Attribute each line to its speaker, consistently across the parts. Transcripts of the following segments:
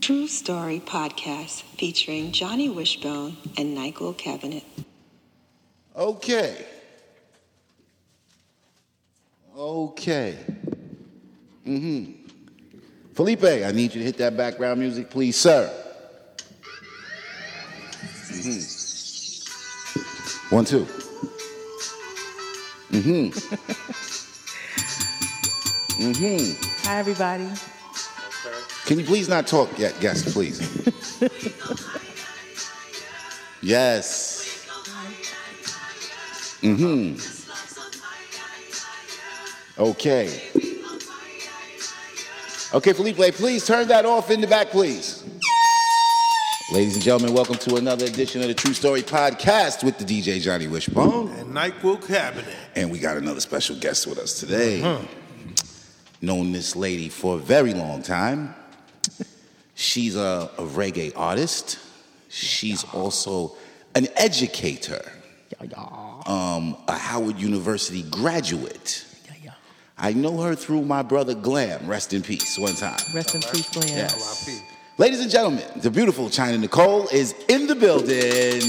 Speaker 1: True Story podcast featuring Johnny Wishbone and Nyquil Cabinet.
Speaker 2: Okay. Okay. Mm-hmm. Felipe, I need you to hit that background music, please, sir. Mhm. One, two. Mm-hmm.
Speaker 3: Hi, everybody.
Speaker 2: Can you please not talk yet, guest, please? yes. Mm-hmm. Okay. Okay, Felipe, please turn that off in the back, please. Ladies and gentlemen, welcome to another edition of the True Story Podcast with the DJ Johnny Wishbone.
Speaker 4: And NyQuil Cabinet.
Speaker 2: And we got another special guest with us today.
Speaker 3: Uh-huh.
Speaker 2: Known this lady for a very long time. She's a, a reggae artist. She's also an educator, um, a Howard University graduate. I know her through my brother Glam, rest in peace, one time.
Speaker 3: Rest in peace, Glenn.
Speaker 2: Yes. Ladies and gentlemen, the beautiful China Nicole is in the building.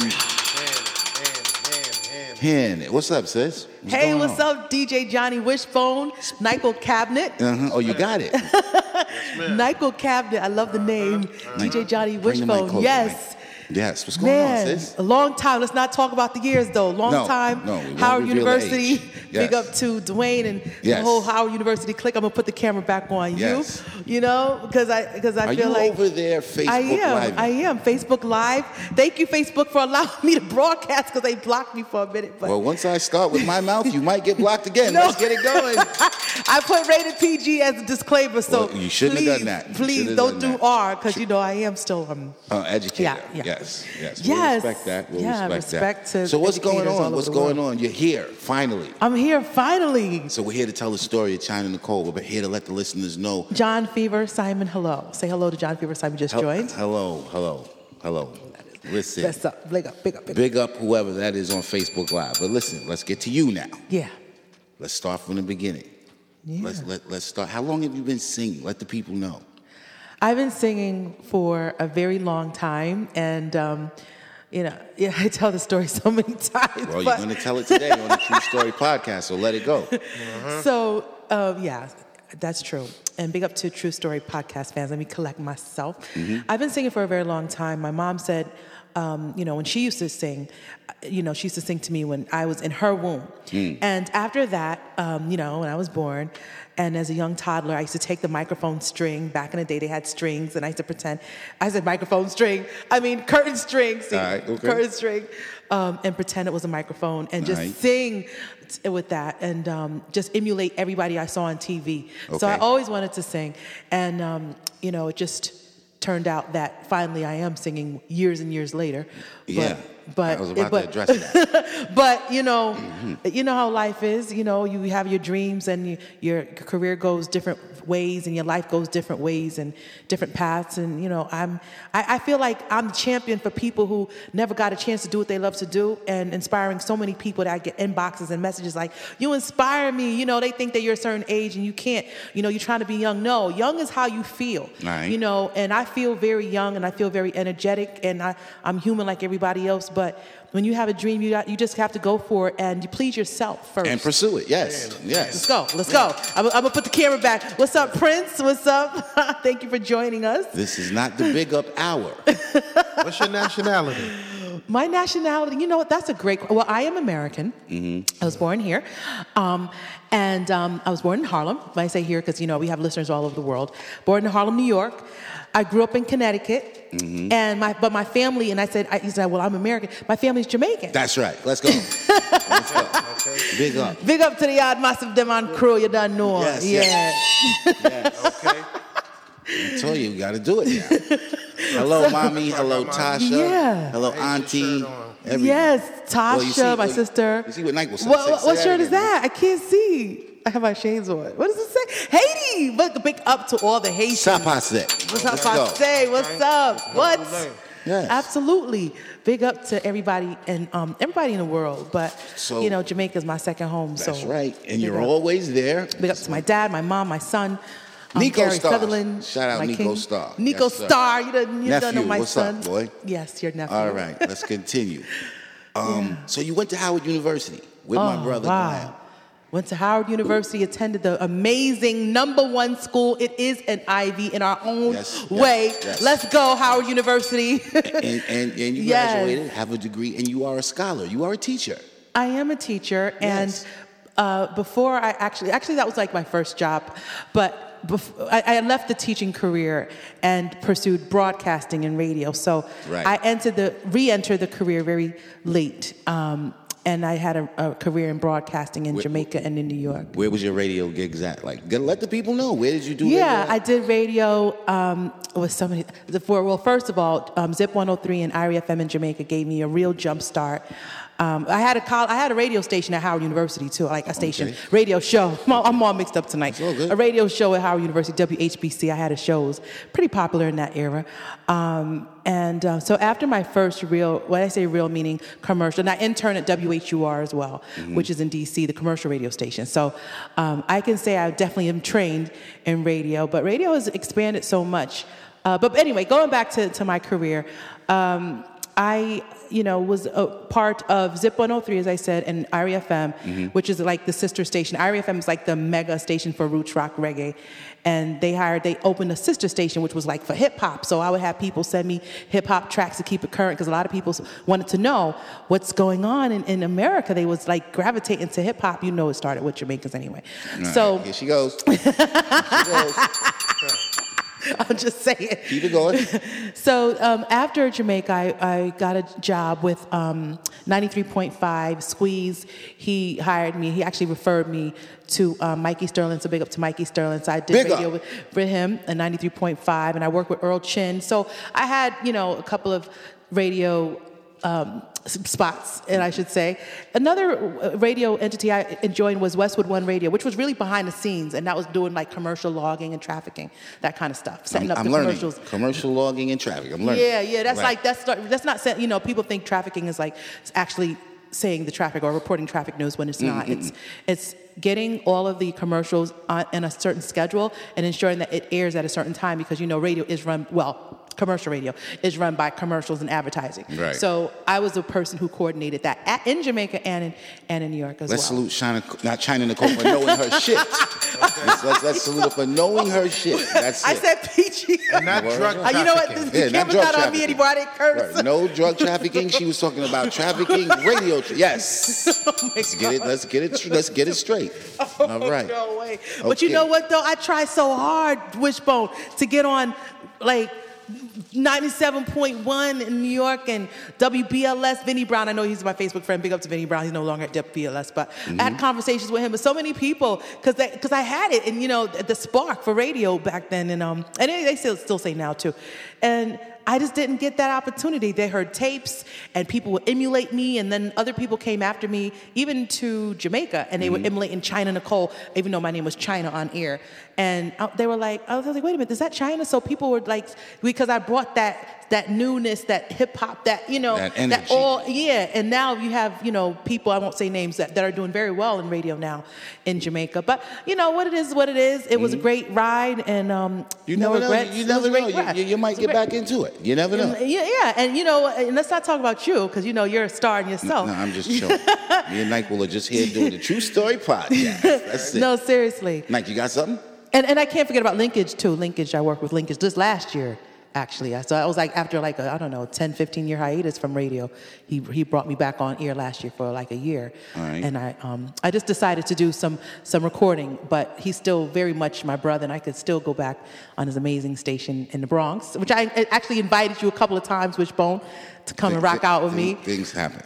Speaker 2: Hen, what's up, sis? What's
Speaker 3: Hey,
Speaker 2: going
Speaker 3: what's
Speaker 2: on?
Speaker 3: up, DJ Johnny Wishbone, Nyquil Cabinet,
Speaker 2: Uh-huh. Oh, you got it.
Speaker 3: Nyquil Cabinet. I love the name, DJ Johnny
Speaker 2: Bring the mic
Speaker 3: Wishbone.
Speaker 2: closer, Mike.
Speaker 3: Yes,
Speaker 2: Yes. What's going on,
Speaker 3: man,
Speaker 2: sis?
Speaker 3: a long time. Let's not talk about the years though. Long
Speaker 2: No,
Speaker 3: time.
Speaker 2: no, we won't
Speaker 3: Howard
Speaker 2: reveal the
Speaker 3: University.
Speaker 2: age. Yes.
Speaker 3: Big up to Dwayne and
Speaker 2: Yes.
Speaker 3: the whole Howard University clique. I'm gonna put the camera back on
Speaker 2: Yes.
Speaker 3: you. You know, because I because I
Speaker 2: Are
Speaker 3: feel
Speaker 2: you
Speaker 3: like
Speaker 2: over there Facebook
Speaker 3: I am.
Speaker 2: Live?
Speaker 3: I am Facebook Live. Thank you, Facebook, for allowing me to broadcast because they blocked me for a minute. But
Speaker 2: Well, once I start with my mouth, you might get blocked again.
Speaker 3: No.
Speaker 2: Let's get it going.
Speaker 3: I put rated PG as a disclaimer, so
Speaker 2: Well, you shouldn't have
Speaker 3: please,
Speaker 2: done that. You shouldn't
Speaker 3: Please
Speaker 2: have
Speaker 3: don't
Speaker 2: done
Speaker 3: do
Speaker 2: that.
Speaker 3: R because you know I am still um.
Speaker 2: Uh, educator.
Speaker 3: Yeah, yeah.
Speaker 2: Yes. Yes.
Speaker 3: Yes.
Speaker 2: We'll respect that. We'll
Speaker 3: Yeah,
Speaker 2: respect,
Speaker 3: respect
Speaker 2: that.
Speaker 3: to
Speaker 2: so what's going
Speaker 3: educators all
Speaker 2: on?
Speaker 3: over
Speaker 2: What's
Speaker 3: the
Speaker 2: going
Speaker 3: world.
Speaker 2: on? You're here finally.
Speaker 3: I'm here finally.
Speaker 2: So we're here to tell the story of China Nicole. We're here to let the listeners know.
Speaker 3: John Fever, Simon, hello. Say hello to John Fever, Simon just
Speaker 2: Hel-
Speaker 3: joined.
Speaker 2: Hello. Hello. Hello. Listen.
Speaker 3: That's up. Big up. Big up. Big up.
Speaker 2: Big up whoever that is on Facebook Live. But listen, let's get to you now.
Speaker 3: Yeah.
Speaker 2: Let's start from the beginning.
Speaker 3: Yeah.
Speaker 2: Let's let, let's start. How long have you been singing? Let the people know.
Speaker 3: I've been singing for a very long time, and um, you know, yeah, I tell the story so many times.
Speaker 2: Well, you're
Speaker 3: but-
Speaker 2: going to tell it today on the True Story podcast, so let it go. Mm-hmm.
Speaker 3: So, um, yeah, that's true. And big up to True Story podcast fans. Let me collect myself.
Speaker 2: Mm-hmm.
Speaker 3: I've been singing for a very long time. My mom said, um, you know, when she used to sing, uh, you know, she used to sing to me when I was in her womb.
Speaker 2: Mm.
Speaker 3: And after that, um, you know, when I was born, and as a young toddler, I used to take the microphone string. Back in the day, they had strings, and I used to pretend. I said microphone string. I mean curtain string. See,
Speaker 2: All right, okay.
Speaker 3: curtain string, um, and pretend it was a microphone, and just
Speaker 2: Right.
Speaker 3: sing t- with that and um, just emulate everybody I saw on TV. So I
Speaker 2: Okay.
Speaker 3: always wanted to sing. And, um, you know, it just turned out that finally I am singing years and years later. But,
Speaker 2: yeah.
Speaker 3: But,
Speaker 2: I was about
Speaker 3: but,
Speaker 2: to address that.
Speaker 3: but, you know, you know how life is. You know, you have your dreams and you, your career goes different ways and your life goes different ways and different paths. And, you know, I'm, I, I feel like I'm the champion for people who never got a chance to do what they love to do and inspiring so many people that I get inboxes and messages like, you inspire me. You know, they think that you're a certain age and you can't, you know, you're trying to be young. No, young is how you feel.
Speaker 2: Right.
Speaker 3: You know, know, and I feel very young and I feel very energetic and I, I'm human like everybody else. But when you have a dream, you, got, you just have to go for it and you please yourself first.
Speaker 2: and pursue it. Yes.
Speaker 3: Let's
Speaker 2: Yes.
Speaker 3: go. Let's go. I'm, I'm going to put the camera back. What's up, Prince? What's up? Thank you for joining us.
Speaker 2: This is not the big up hour.
Speaker 4: What's your nationality?
Speaker 3: My nationality, you know what? That's a great. Well, I am American.
Speaker 2: Mm-hmm.
Speaker 3: I was born here, um, and um, I was born in Harlem. When I say here, because you know we have listeners all over the world. Born in Harlem, New York. I grew up in Connecticut,
Speaker 2: Mm-hmm.
Speaker 3: and my but my family and I said I he said, well, I'm American. My family's Jamaican.
Speaker 2: That's right. Let's go. Let's go. Big up.
Speaker 3: Big up to the Yard Master Demon crew. You done know.
Speaker 2: Yes,
Speaker 3: yeah.
Speaker 2: yes.
Speaker 4: Okay.
Speaker 2: I told you, you got to do it now. Hello, mommy. Hello, Tasha.
Speaker 3: Yeah.
Speaker 2: Hello,
Speaker 4: I hate your
Speaker 2: auntie.
Speaker 4: shirt on.
Speaker 2: Everybody.
Speaker 3: Yes, Tasha,
Speaker 2: Well, you see-
Speaker 3: my
Speaker 2: well, you-
Speaker 3: sister.
Speaker 2: you see what Nike was saying.
Speaker 3: What,
Speaker 2: Say-
Speaker 3: what,
Speaker 2: say
Speaker 3: what
Speaker 2: that
Speaker 3: shirt is
Speaker 2: again,
Speaker 3: that? I can't see. I have my shades on. What does it say? Haiti. But big up to all the Haitians.
Speaker 2: Sapasek.
Speaker 3: What's
Speaker 2: Let's
Speaker 3: up,
Speaker 2: go.
Speaker 3: I say? What's up? What?
Speaker 2: Yes.
Speaker 3: Absolutely. Big up to everybody and um, everybody in the world. But
Speaker 2: So-
Speaker 3: you know, Jamaica's my second home.
Speaker 2: That's
Speaker 3: so
Speaker 2: right. And
Speaker 3: big
Speaker 2: you're
Speaker 3: up.
Speaker 2: always there.
Speaker 3: big up to my dad, my mom, my son. um,
Speaker 2: Nico
Speaker 3: Gary
Speaker 2: Starr.
Speaker 3: Sutherland.
Speaker 2: Shout out
Speaker 3: my
Speaker 2: Nico
Speaker 3: king.
Speaker 2: Starr.
Speaker 3: Nico
Speaker 2: Yes, sir.
Speaker 3: Starr, you done, you done
Speaker 2: Nephew,
Speaker 3: on my
Speaker 2: what's
Speaker 3: son.
Speaker 2: up, boy?
Speaker 3: Yes, your nephew.
Speaker 2: All right, let's continue. Um, So you went to Howard University with my brother Glenn.
Speaker 3: Oh, Wow. Went to Howard University, attended the amazing number one school. It is an Ivy in our own
Speaker 2: Yes, yes,
Speaker 3: way.
Speaker 2: yes.
Speaker 3: Let's go, Howard University.
Speaker 2: And, and, and you
Speaker 3: Yes.
Speaker 2: graduated, have a degree, and you are a scholar. You are a teacher.
Speaker 3: I am a teacher,
Speaker 2: Yes.
Speaker 3: and uh, before I actually, actually that was like my first job, but bef- I, I left the teaching career and pursued broadcasting and radio. So
Speaker 2: Right.
Speaker 3: I entered the re-entered the career very late, um, and I had a, a career in broadcasting in
Speaker 2: Wh-
Speaker 3: Jamaica and in New York.
Speaker 2: Where was your radio gigs at? Like, g- let the people know. Where did you do
Speaker 3: Yeah,
Speaker 2: radio?
Speaker 3: I did radio um, with somebody. the- For, well, first of all, um, Zip 103 and IRFM in Jamaica gave me a real jump start. Um, I had a col- I had a radio station at Howard University too, like a station
Speaker 2: Okay.
Speaker 3: radio show. I'm all- I'm all mixed up tonight.
Speaker 2: It's all good.
Speaker 3: A radio show at Howard University, WHBC. I had a shows pretty popular in that era. Um, and uh, so after my first real, when I say real, meaning commercial, and I interned at WHUR as well, which is in DC, the commercial radio station. So um, I can say I definitely am trained in radio, but radio has expanded so much. Uh, but anyway, going back to, to my career, um, I, you know, was a part of Zip 103, as I said, and IRFM, which is like the sister station. IRFM is like the mega station for roots rock reggae, and they hired, they opened a sister station which was like for hip hop. So I would have people send me hip hop tracks to keep it current because a lot of people s- wanted to know what's going on in, in America. They was like gravitating to hip hop. You know, it started with Jamaicans anyway. so
Speaker 2: Here she goes. Here she goes.
Speaker 3: I'm just saying.
Speaker 2: Keep it going.
Speaker 3: So um, after Jamaica, I, I got a job with um, 93.5 Squeeze. He hired me. He actually referred me to um, Mikey Sterling. So big up to Mikey Sterling. So I did
Speaker 2: Big
Speaker 3: radio
Speaker 2: up.
Speaker 3: with, with him at 93.5, and I worked with Earl Chin. So I had you know a couple of radio. Um, s- spots, and I should say. Another uh, radio entity I joined was Westwood One Radio, which was really behind the scenes, and that was doing like commercial logging and trafficking, that kind of stuff, setting
Speaker 2: I'm,
Speaker 3: up
Speaker 2: I'm
Speaker 3: the
Speaker 2: learning.
Speaker 3: commercials.
Speaker 2: Commercial logging and traffic. I'm learning.
Speaker 3: Yeah, yeah. That's
Speaker 2: Right.
Speaker 3: like that's not- that's not sa- you know people think trafficking is like actually saying the traffic or reporting traffic news when it's not. It's it's getting all of the commercials on, in a certain schedule and ensuring that it airs at a certain time because you know radio is run well. Commercial radio is run by commercials and advertising.
Speaker 2: Right.
Speaker 3: So I was the person who coordinated that at, in Jamaica and in, and in New York as
Speaker 2: Let's
Speaker 3: well.
Speaker 2: salute China, not China Nicole for knowing her shit. let's, let's, let's salute her for knowing her shit. That's
Speaker 3: I
Speaker 2: it.
Speaker 3: said peachy.
Speaker 4: And not drug
Speaker 3: Uh, you know what?
Speaker 4: trafficking.
Speaker 3: The
Speaker 2: Yeah, not
Speaker 3: camera's
Speaker 2: drug
Speaker 3: not on me
Speaker 2: trafficking.
Speaker 3: anymore. I didn't curse.
Speaker 2: Right. No drug trafficking. She was talking about trafficking. Radio. Tra- yes.
Speaker 3: Oh my
Speaker 2: Let's get it. Let's get it. tr- Let's get it straight. All right.
Speaker 3: Oh, No way. But you
Speaker 2: Okay.
Speaker 3: know what though? I tried so hard, Wishbone, to get on like 97.1 in New York and WBLS. Vinny Brown, I know he's my Facebook friend. Big up to Vinny Brown. He's no longer at WBLS, but I had conversations with him with so many people because because I had it and you know the spark for radio back then and um and they they still still say now too, and. I just didn't get that opportunity. They heard tapes and people would emulate me, and then other people came after me, even to Jamaica, and they would
Speaker 2: Mm-hmm.
Speaker 3: emulate in China Nicole, even though my name was China on air. And I- they were like, I was like, wait a minute, is that China? So people were like, because I brought that that newness, that hip hop, that you know,
Speaker 2: That energy.
Speaker 3: all yeah. And now you have you know people I won't say names that, that are doing very well in radio now in Jamaica. But you know what it is, what it is. It was a great ride, and um,
Speaker 2: Mm-hmm. You
Speaker 3: no
Speaker 2: never know.
Speaker 3: regrets.
Speaker 2: You
Speaker 3: It was
Speaker 2: never
Speaker 3: a great
Speaker 2: know. You,
Speaker 3: ride.
Speaker 2: you, you
Speaker 3: It
Speaker 2: might
Speaker 3: was a
Speaker 2: get
Speaker 3: great-
Speaker 2: back into it. You never know.
Speaker 3: yeah, yeah, and you know, and let's not talk about you because you know you're a star in
Speaker 2: No,
Speaker 3: yourself.
Speaker 2: I'm just chilling. Me and Nike will are just here doing the true story podcast. That's it.
Speaker 3: No, seriously,
Speaker 2: Nike, you got something?
Speaker 3: and and I can't forget about linkage too. Linkage, I worked with linkage just last year, actually. I- So I was like after like a, I don't know 10, 15 year hiatus from radio, he he brought me back on air last year for like a year,
Speaker 2: All right.
Speaker 3: and I um I just decided to do some some recording, but he's still very much my brother, and I could still go back on his amazing station in the Bronx, which I I actually invited you a couple of times, Wishbone, to come and rock out with me.
Speaker 2: Things happen.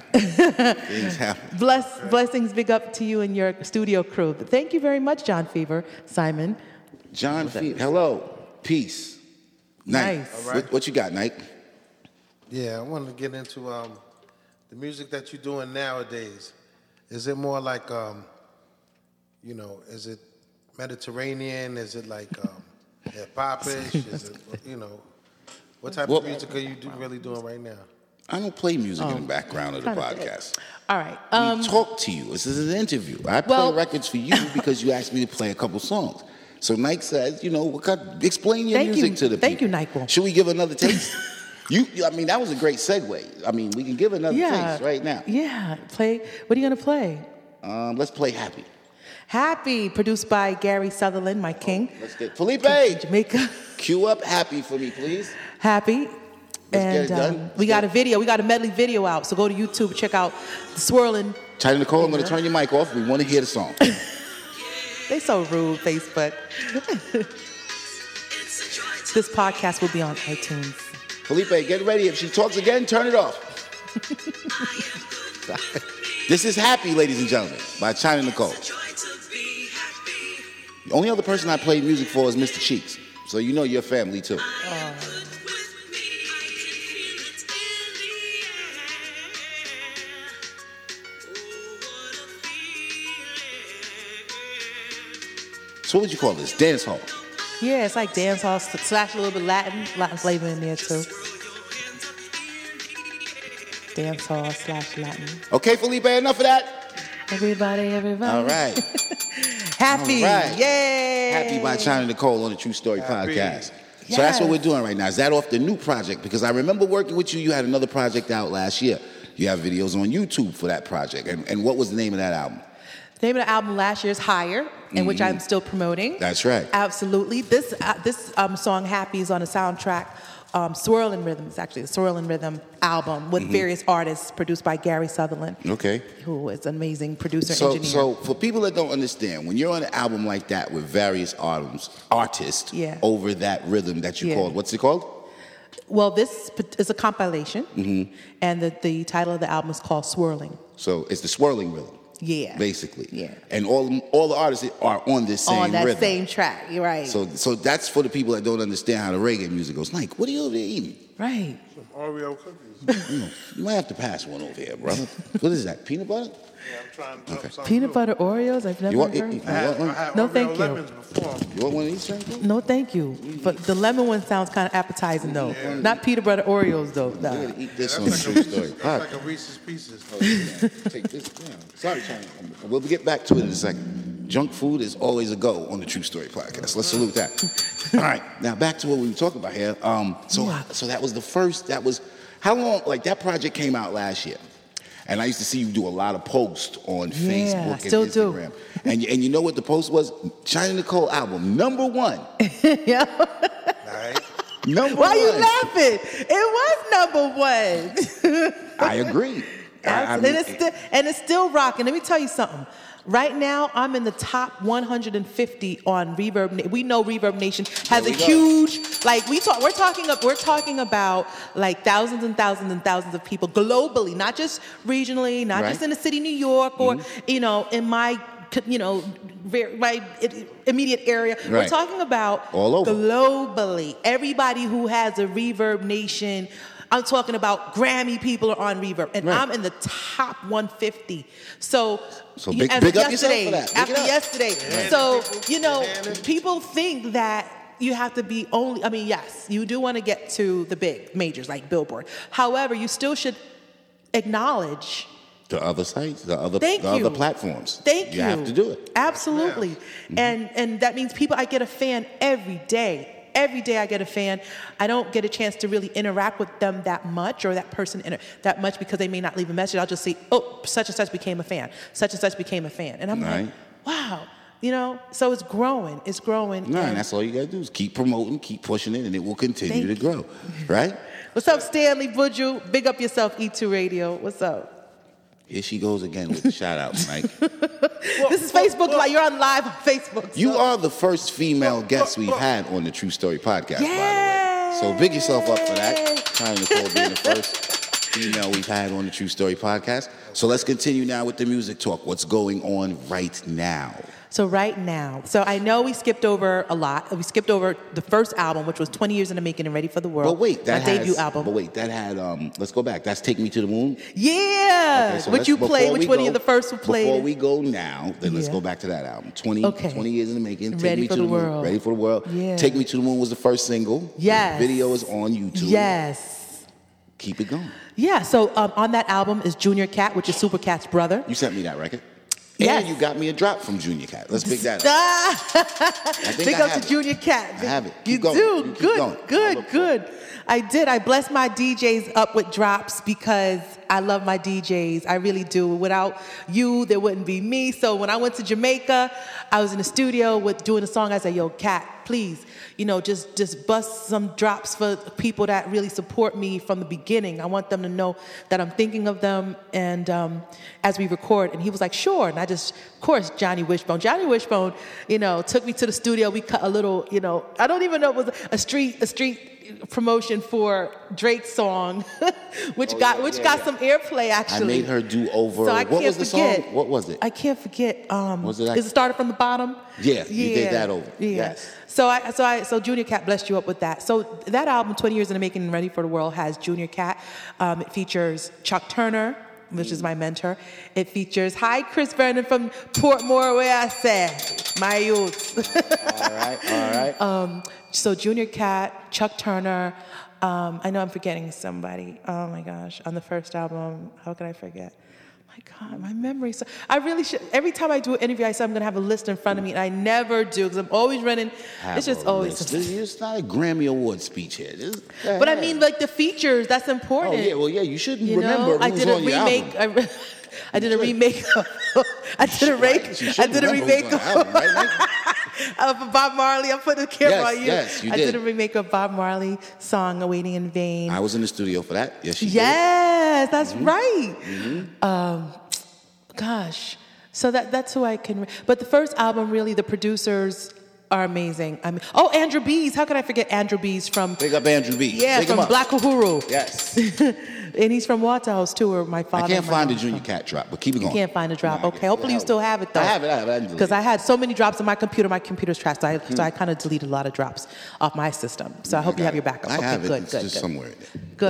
Speaker 2: Things happen.
Speaker 3: Bless, blessings, big up to you and your studio crew. Thank you very much, John Fever, Simon.
Speaker 2: John Fee, hello. Peace. Nike,
Speaker 3: Nice.
Speaker 2: what, what you got, Nike?
Speaker 4: Yeah, I wanted to get into um, the music that you're doing nowadays. Is it more like, um, you know, is it Mediterranean? Is it like um, hip hopish? Is it, you know, what type
Speaker 2: Well-
Speaker 4: of music are you do, really doing right now?
Speaker 2: I don't play music in the background of the
Speaker 3: Oh. Kinda did.
Speaker 2: podcast.
Speaker 3: All right.
Speaker 2: We
Speaker 3: Um,
Speaker 2: talk to you. This is an interview. I play
Speaker 3: well-
Speaker 2: records for you because you asked me to play a couple songs. So Nike says, you know, what kind- explain your
Speaker 3: Thank
Speaker 2: music
Speaker 3: you.
Speaker 2: to the
Speaker 3: Thank
Speaker 2: people.
Speaker 3: you, NyQuil.
Speaker 2: Should we give another taste? you, I mean, that was a great segue. I mean, we can give another
Speaker 3: Yeah.
Speaker 2: taste right now.
Speaker 3: Yeah. Play. What are you gonna play?
Speaker 2: Um, let's play Happy.
Speaker 3: Happy, produced by Gary Sutherland, my king,
Speaker 2: Let's get Felipe.
Speaker 3: in Jamaica.
Speaker 2: Cue up Happy for me, please.
Speaker 3: Happy.
Speaker 2: Let's get
Speaker 3: and
Speaker 2: it done.
Speaker 3: um,
Speaker 2: Let's
Speaker 3: we
Speaker 2: get
Speaker 3: got
Speaker 2: it.
Speaker 3: a video. We got a medley video out. So go to YouTube, check out the swirling.
Speaker 2: China Nicole, I'm going to turn your mic off. We want to hear the song.
Speaker 3: They so rude, Facebook. this podcast will be on iTunes.
Speaker 2: Felipe, get ready. If she talks again, turn it off. this is Happy, ladies and gentlemen, by China Nicole. The only other person I played music for is Mr. Cheeks. So you know your family too. So what would you call this? Dance hall.
Speaker 3: Yeah, it's like dance hall slash a little bit Latin, Latin flavor in there too. Dance hall slash Latin.
Speaker 2: Okay, Felipe, enough of that.
Speaker 3: Everybody, everybody.
Speaker 2: All right.
Speaker 3: Happy.
Speaker 2: All right.
Speaker 3: Yay.
Speaker 2: Happy by China Nicole on the True Story
Speaker 4: Happy.
Speaker 2: podcast. So that's what
Speaker 3: Yes.
Speaker 2: we're doing right now. Is that off the new project? Because I remember working with you, you had another project out last year. You have videos on YouTube for that project. And, and what was the name of that album?
Speaker 3: The name of the album last year's Higher,
Speaker 2: Mm-hmm.
Speaker 3: in which I'm still promoting.
Speaker 2: That's right.
Speaker 3: Absolutely. This uh, this um, song Happy is on a soundtrack. Um, Swirl and Rhythm is actually the Swirl and Rhythm album
Speaker 2: Mm-hmm.
Speaker 3: with various artists produced by Gary Sutherland,
Speaker 2: Okay.
Speaker 3: who is an amazing producer
Speaker 2: So,
Speaker 3: engineer.
Speaker 2: so for people that don't understand, when you're on an album like that with various artists, artists
Speaker 3: Yeah.
Speaker 2: over that rhythm that you
Speaker 3: Yeah.
Speaker 2: called, what's it called?
Speaker 3: well, this p- is a compilation,
Speaker 2: Mm-hmm.
Speaker 3: and the, the title of the album is called Swirling.
Speaker 2: So it's the swirling rhythm,
Speaker 3: Yeah.
Speaker 2: basically.
Speaker 3: Yeah.
Speaker 2: And all all the artists are on this same
Speaker 3: on that
Speaker 2: rhythm.
Speaker 3: same track, you're right.
Speaker 2: So so that's for the people that don't understand how the reggae music goes. Like, what are you over there eating?
Speaker 3: right.
Speaker 4: Some Oreo cookies.
Speaker 2: You might have to pass one over here, brother. what is that? Peanut butter?
Speaker 4: Yeah, I'm trying to okay.
Speaker 3: Peanut butter Oreos, I've never
Speaker 2: You want, you,
Speaker 3: heard
Speaker 2: you
Speaker 3: of
Speaker 4: I
Speaker 2: want
Speaker 4: had, I
Speaker 2: one?
Speaker 4: had
Speaker 3: No,
Speaker 4: Oreo
Speaker 3: thank you.
Speaker 4: lemons before.
Speaker 2: You want one of these? Frankie?
Speaker 3: No, thank you. But the lemon one sounds kind of appetizing, though. Not peanut butter Oreos, though.
Speaker 2: You
Speaker 3: No.
Speaker 2: gotta eat this
Speaker 4: That's
Speaker 2: on
Speaker 4: like,
Speaker 2: True
Speaker 4: a,
Speaker 2: Story.
Speaker 4: that's like a Reese's Pieces.
Speaker 2: Take this down. Sorry, China. We'll get back to it in a second. Junk food is always a go on the True Story podcast. Let's salute that. All right, now back to what we were talking about here. Um, so,
Speaker 3: Yeah.
Speaker 2: so that was the first. That was how long? Like that project came out last year, and I used to see you do a lot of posts on
Speaker 3: Yeah,
Speaker 2: Facebook and
Speaker 3: still do.
Speaker 2: Instagram. And you- and you know what the post was? China Nicole album number one.
Speaker 3: yeah.
Speaker 4: All right.
Speaker 2: Number
Speaker 3: Why
Speaker 2: one.
Speaker 3: you laughing? It was number one.
Speaker 2: I agree. I- I
Speaker 3: Absolutely.
Speaker 2: mean, eh,
Speaker 3: and, it's still, and it's still rocking. Let me tell you something. Right now, I'm in the top 150 on Reverb. Na- We know Reverb Nation has
Speaker 2: There
Speaker 3: a
Speaker 2: we go.
Speaker 3: huge, like we talk. We're talking up. We're talking about like thousands and thousands and thousands of people globally, not just regionally, not just
Speaker 2: Right. Mm-hmm.
Speaker 3: in the city, New York, or you know, in my, co- you know, ver- my i- immediate area. We're
Speaker 2: Right.
Speaker 3: talking about
Speaker 2: All over.
Speaker 3: globally. Everybody who has a Reverb Nation. I'm talking about Grammy people are on Reverb, and
Speaker 2: Right.
Speaker 3: I'm in the top 150. So,
Speaker 2: So
Speaker 3: y-
Speaker 2: big-
Speaker 3: as
Speaker 2: big
Speaker 3: of
Speaker 2: up yourself for
Speaker 3: yesterday,
Speaker 2: that. Big it
Speaker 3: after
Speaker 2: up.
Speaker 3: yesterday.
Speaker 4: Yeah.
Speaker 3: So
Speaker 4: People-
Speaker 3: you know,
Speaker 4: Yeah.
Speaker 3: people think that you have to be only. I mean, yes, you do want to get to the big majors like Billboard. However, you still should acknowledge
Speaker 2: the other sites, the other,
Speaker 3: Thank
Speaker 2: the
Speaker 3: you.
Speaker 2: other platforms.
Speaker 3: Thank you.
Speaker 2: You have to do it.
Speaker 3: Absolutely. And and that means people I get a fan every day. Every day I get a fan. I don't get a chance to really interact with them that much or that person inter- that much because they may not leave a message. I'll just say, "Oh, such and such became a fan. Such and such became a fan." And I'm
Speaker 2: Right.
Speaker 3: like, "Wow." You know, so it's growing. It's growing.
Speaker 2: No,
Speaker 3: And
Speaker 2: and that's all you gotta do is keep promoting, keep pushing it, and it will continue to
Speaker 3: Thank
Speaker 2: grow. Right?
Speaker 3: What's up, Stanley Budju? Big up yourself, E2 Radio. What's up?
Speaker 2: Here she goes again with the shout out, Mike.
Speaker 3: this is Facebook Live. You're on live on Facebook.
Speaker 2: You
Speaker 3: so-
Speaker 2: are the first female guest we've had on the True Story podcast, by the way. So big yourself up for
Speaker 3: Yay!
Speaker 2: that. Trying Nicole being the first female we've had on the True Story podcast. So let's continue now with the music talk. What's going on right now?
Speaker 3: So right now, so I know we skipped over a lot. We skipped over the first album, which was 20 Years in the Making and Ready for the World.
Speaker 2: But wait, that
Speaker 3: my
Speaker 2: has,
Speaker 3: debut album.
Speaker 2: But wait, that had um. Let's go back. That's Take Me to the Moon.
Speaker 3: Yeah,
Speaker 2: Okay, so
Speaker 3: which
Speaker 2: let's-
Speaker 3: Uh, you played,
Speaker 2: before
Speaker 3: which
Speaker 2: we
Speaker 3: one of
Speaker 2: go-
Speaker 3: you the first who played?
Speaker 2: Before
Speaker 3: it.
Speaker 2: we go now, then let's
Speaker 3: Yeah.
Speaker 2: go back to that album. 20,
Speaker 3: Okay.
Speaker 2: 20 years in the making. Take
Speaker 3: Ready
Speaker 2: me
Speaker 3: for
Speaker 2: to
Speaker 3: the
Speaker 2: the, moon.
Speaker 3: World.
Speaker 2: Ready for the world.
Speaker 3: Yeah.
Speaker 2: Take me to the moon was the first single.
Speaker 3: Yes.
Speaker 2: The video is on YouTube.
Speaker 3: yes,
Speaker 2: Keep it going.
Speaker 3: yeah. So um, on that album is Junior Cat, which is Super Cat's brother.
Speaker 2: You sent me that record. And
Speaker 3: Yes.
Speaker 2: you got me a drop from Junior Cat. Let's pick that up. I think
Speaker 3: Big
Speaker 2: I
Speaker 3: up
Speaker 2: have
Speaker 3: to
Speaker 2: it.
Speaker 3: Junior Cat.
Speaker 2: I have it.
Speaker 3: You
Speaker 2: Keep going.
Speaker 3: do.
Speaker 2: You keep
Speaker 3: good,
Speaker 2: going. I'll
Speaker 3: good,
Speaker 2: look for
Speaker 3: good. I did. I blessed my DJs up with drops because I love my DJs. I really do. Without you, there wouldn't be me. So when I went to Jamaica, I was in the studio with doing a song. I said, "Yo, Cat, please, you know, just just bust some drops for people that really support me from the beginning. I want them to know that I'm thinking of them." And um, as we record, and he was like, "Sure." And I just, of course, Johnny Wishbone. Johnny Wishbone, you know, took me to the studio. We cut a little, you know, I don't even know it was a street a street promotion for Drake's song, which
Speaker 2: Oh,
Speaker 3: got which got some airplay
Speaker 2: I
Speaker 3: actually.
Speaker 2: made her do over.
Speaker 3: So I
Speaker 2: what
Speaker 3: can't
Speaker 2: was the
Speaker 3: forget.
Speaker 2: song? What was it?
Speaker 3: I can't forget. Um,
Speaker 2: Was it I-
Speaker 3: is it started from the bottom?
Speaker 2: Yeah, you did that over. Yes.
Speaker 3: So I, so I, so Junior Cat blessed you up with that. So that album, Twenty Years in the Making, and Ready for the World, has Junior Cat. Um, it features Chuck Turner, which
Speaker 2: Mm.
Speaker 3: is my mentor. It features Hi Chris Vernon from Portmore, where I say my youth.
Speaker 2: all right, all right.
Speaker 3: Oh, So Junior Cat, Chuck Turner. Um, I know I'm forgetting somebody. Oh my gosh! On the first album, how could I forget? My God, my memory. So I really should. Every time I do an interview, I say I'm gonna have a list in front of me, and I never do because I'm always running.
Speaker 2: Have
Speaker 3: it's just
Speaker 2: a
Speaker 3: always.
Speaker 2: list. This- It's not a Grammy Award speech here. This-
Speaker 3: But I mean, like the features. That's
Speaker 2: oh
Speaker 3: important.
Speaker 2: yeah, well yeah, you shouldn't
Speaker 3: you
Speaker 2: remember
Speaker 3: know,
Speaker 2: who's
Speaker 3: I did a
Speaker 2: on your
Speaker 3: remake.
Speaker 2: album.
Speaker 3: I, re- I did a
Speaker 2: should.
Speaker 3: remake. Of, I did a rake.
Speaker 2: Right? You
Speaker 3: I
Speaker 2: should
Speaker 3: did a
Speaker 2: remember who's
Speaker 3: remake.
Speaker 2: on
Speaker 3: Of,
Speaker 2: your album, right, Nick?
Speaker 3: of Bob Marley. I'm putting the camera
Speaker 2: Yes,
Speaker 3: on you.
Speaker 2: yes, you
Speaker 3: I did
Speaker 2: did.
Speaker 3: a remake of Bob Marley song "Awaiting in Vain."
Speaker 2: I was in the studio for that. Yes, she did.
Speaker 3: Yes, that's
Speaker 2: Mm-hmm.
Speaker 3: right. Um, gosh, so that that's who I can. But the first album, really, the producers are amazing. I mean, oh, Andrew Bees. How could I forget Andrew Bees from?
Speaker 2: Big up Andrew B.
Speaker 3: Yeah,
Speaker 2: Big him
Speaker 3: from
Speaker 2: up.
Speaker 3: Black Uhuru.
Speaker 2: Yes.
Speaker 3: and he's from Waterhouse too, or my father.
Speaker 2: I can't
Speaker 3: and my
Speaker 2: find the
Speaker 3: mom.
Speaker 2: Junior Cat drop, but keep it
Speaker 3: You
Speaker 2: going.
Speaker 3: can't find a drop.
Speaker 2: Nah, I
Speaker 3: okay,
Speaker 2: can't-
Speaker 3: hopefully you still have it though.
Speaker 2: I have it. I have it. I didn't
Speaker 3: Because I
Speaker 2: delete
Speaker 3: had so many drops on my computer. My computer's trashed. So I, so I kind of deleted a lot of drops off my system. So I hope
Speaker 2: Hmm. I
Speaker 3: you
Speaker 2: got
Speaker 3: have your
Speaker 2: it.
Speaker 3: backup.
Speaker 2: I
Speaker 3: okay,
Speaker 2: have it.
Speaker 3: good,
Speaker 2: It's
Speaker 3: good,
Speaker 2: just
Speaker 3: good.
Speaker 2: somewhere in
Speaker 3: Good.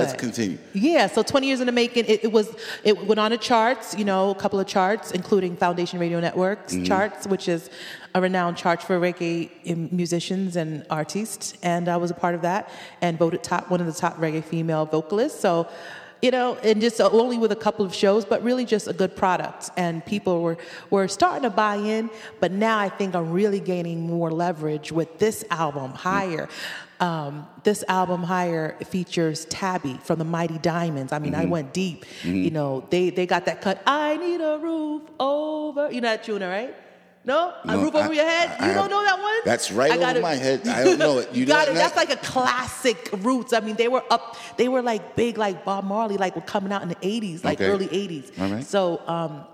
Speaker 2: there. Let's continue.
Speaker 3: Yeah, so 20 years in the making. It, it was it went on the charts, you know, a couple of charts, including Foundation Radio Network's charts, which is a renowned chart for reggae um, musicians and artists. And I was a part of that and voted top one of the top reggae female vocalists. So, you know, and just only with a couple of shows, but really just a good product. And people were were starting to buy in. But now I think I'm really gaining more leverage with this album, Higher. Um, this album higher features Tabby from the Mighty Diamonds. I mean,
Speaker 2: Mm-hmm.
Speaker 3: I went deep. You know, they they got that cut. I need a roof over. You know that tune, all right? No, a
Speaker 2: No,
Speaker 3: roof
Speaker 2: I-
Speaker 3: over your head.
Speaker 2: I-
Speaker 3: you
Speaker 2: I
Speaker 3: don't
Speaker 2: have-
Speaker 3: know that one?
Speaker 2: That's right
Speaker 3: I got
Speaker 2: over
Speaker 3: it.
Speaker 2: my head. I don't know it. You
Speaker 3: got
Speaker 2: know
Speaker 3: it.
Speaker 2: that?
Speaker 3: That's like a classic roots. I mean, they were up. They were like big, like Bob Marley, like were coming out in the '80s, like
Speaker 2: Okay.
Speaker 3: early '80s.
Speaker 2: All right.
Speaker 3: So. um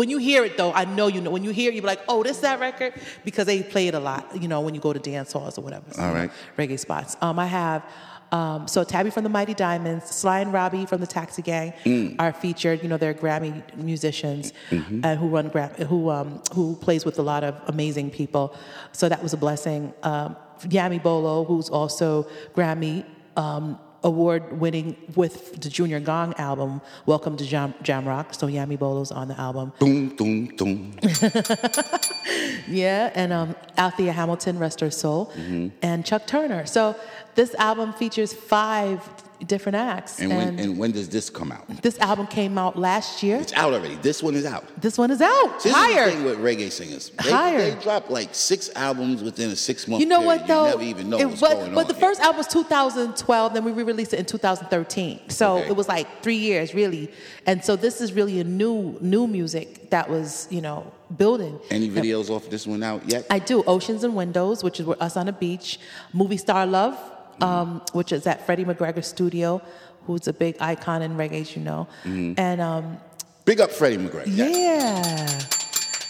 Speaker 3: when you hear it though, I know you know. When you hear it, you're like, "Oh, this that record," because they play it a lot. You know, when you go to dance halls or whatever. So,
Speaker 2: All right.
Speaker 3: Reggae spots. Um, I have um, so Tabby from the Mighty Diamonds, Sly and Robbie from the Taxi Gang
Speaker 2: Mm.
Speaker 3: are featured. You know, they're Grammy musicians
Speaker 2: Mm-hmm.
Speaker 3: uh, who run Gram- who um, who plays with a lot of amazing people. So that was a blessing. Um, Yami Bolo, who's also Grammy. Um, Award winning with the Junior Gong album, Welcome to Jam, Jam Rock. So Yami Bolo's on the album.
Speaker 2: Boom, boom, boom.
Speaker 3: Yeah, and um, Althea Hamilton, Rest Her Soul,
Speaker 2: Mm-hmm.
Speaker 3: and Chuck Turner. So this album features five different acts.
Speaker 2: And when and when does this come out?
Speaker 3: this album came out last year.
Speaker 2: It's out already. This one is out.
Speaker 3: This one is out.
Speaker 2: This
Speaker 3: Higher.
Speaker 2: is the thing with reggae singers. They,
Speaker 3: Higher.
Speaker 2: they drop like six albums within a six month.
Speaker 3: you know what though?
Speaker 2: You never even know
Speaker 3: It
Speaker 2: what's
Speaker 3: was-
Speaker 2: going
Speaker 3: but
Speaker 2: on.
Speaker 3: the
Speaker 2: here.
Speaker 3: first album was 2012, then we re-released it in 2013. So
Speaker 2: Okay.
Speaker 3: it was like three years really. And so this is really a new new music that was, you know, building.
Speaker 2: Any videos off this one out yet?
Speaker 3: I do Oceans and Windows, which is with us on a beach. Movie Star Love, um, which is at Freddie McGregor's studio, who's a big icon in reggae, as you know. And um,
Speaker 2: Big up Freddie McGregor. Yes.
Speaker 3: yeah.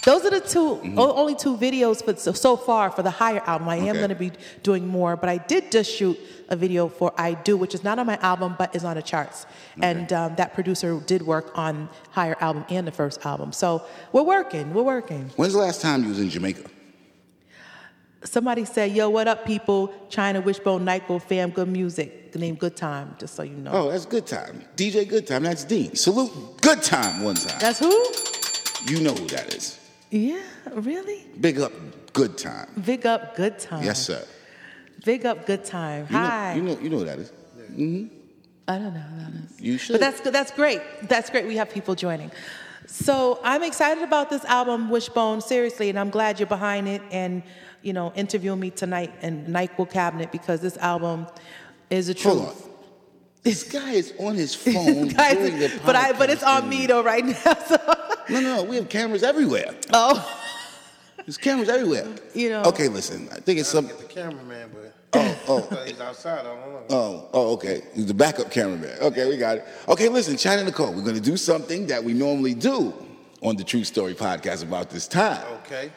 Speaker 3: Those are the 2 o- only two videos for so, so far for the higher album. I am
Speaker 2: Okay.
Speaker 3: going to be doing more, but I did just shoot a video for I Do, which is not on my album, but is on the charts. And um, that producer did work on higher album and the first album. So we're working, we're working.
Speaker 2: When's the last time you was in Jamaica?
Speaker 3: Somebody said, "Yo, what up, people? China Wishbone, Nyko, fam, good music. The name, good time. Just so you know.
Speaker 2: Oh, that's Good Time. DJ Good Time. That's Dean. Salute Good Time one time.
Speaker 3: That's who?
Speaker 2: you know who that is.
Speaker 3: Yeah, really.
Speaker 2: Big up Good Time.
Speaker 3: Big up, good time.
Speaker 2: Yes, sir.
Speaker 3: Big up, good time.
Speaker 2: You
Speaker 3: Hi.
Speaker 2: Know, you know. You know who that is.
Speaker 3: I don't know. That is.
Speaker 2: You should.
Speaker 3: But that's good. That's great. That's great. We have people joining. So I'm excited about this album, Wishbone, seriously, and I'm glad you're behind it and, you know, interviewing me tonight in NyQuil Cabinet because this album is a truth.
Speaker 2: Hold on. This guy is on his phone
Speaker 3: Guys,
Speaker 2: during the podcast.
Speaker 3: but I but it's on
Speaker 2: and-
Speaker 3: me though right now. So
Speaker 2: No, no, no. We have cameras everywhere.
Speaker 3: oh,
Speaker 2: There's cameras everywhere.
Speaker 3: You know.
Speaker 2: Okay, listen. I think it's some.
Speaker 4: Get the cameraman, but
Speaker 2: Oh, oh.
Speaker 4: he's outside. I don't know.
Speaker 2: Oh, oh, okay. He's the backup cameraman. Okay, we got it. Okay, listen, Chad and Nicole, we're going to do something that we normally do on the True Story podcast about this time.
Speaker 4: Okay.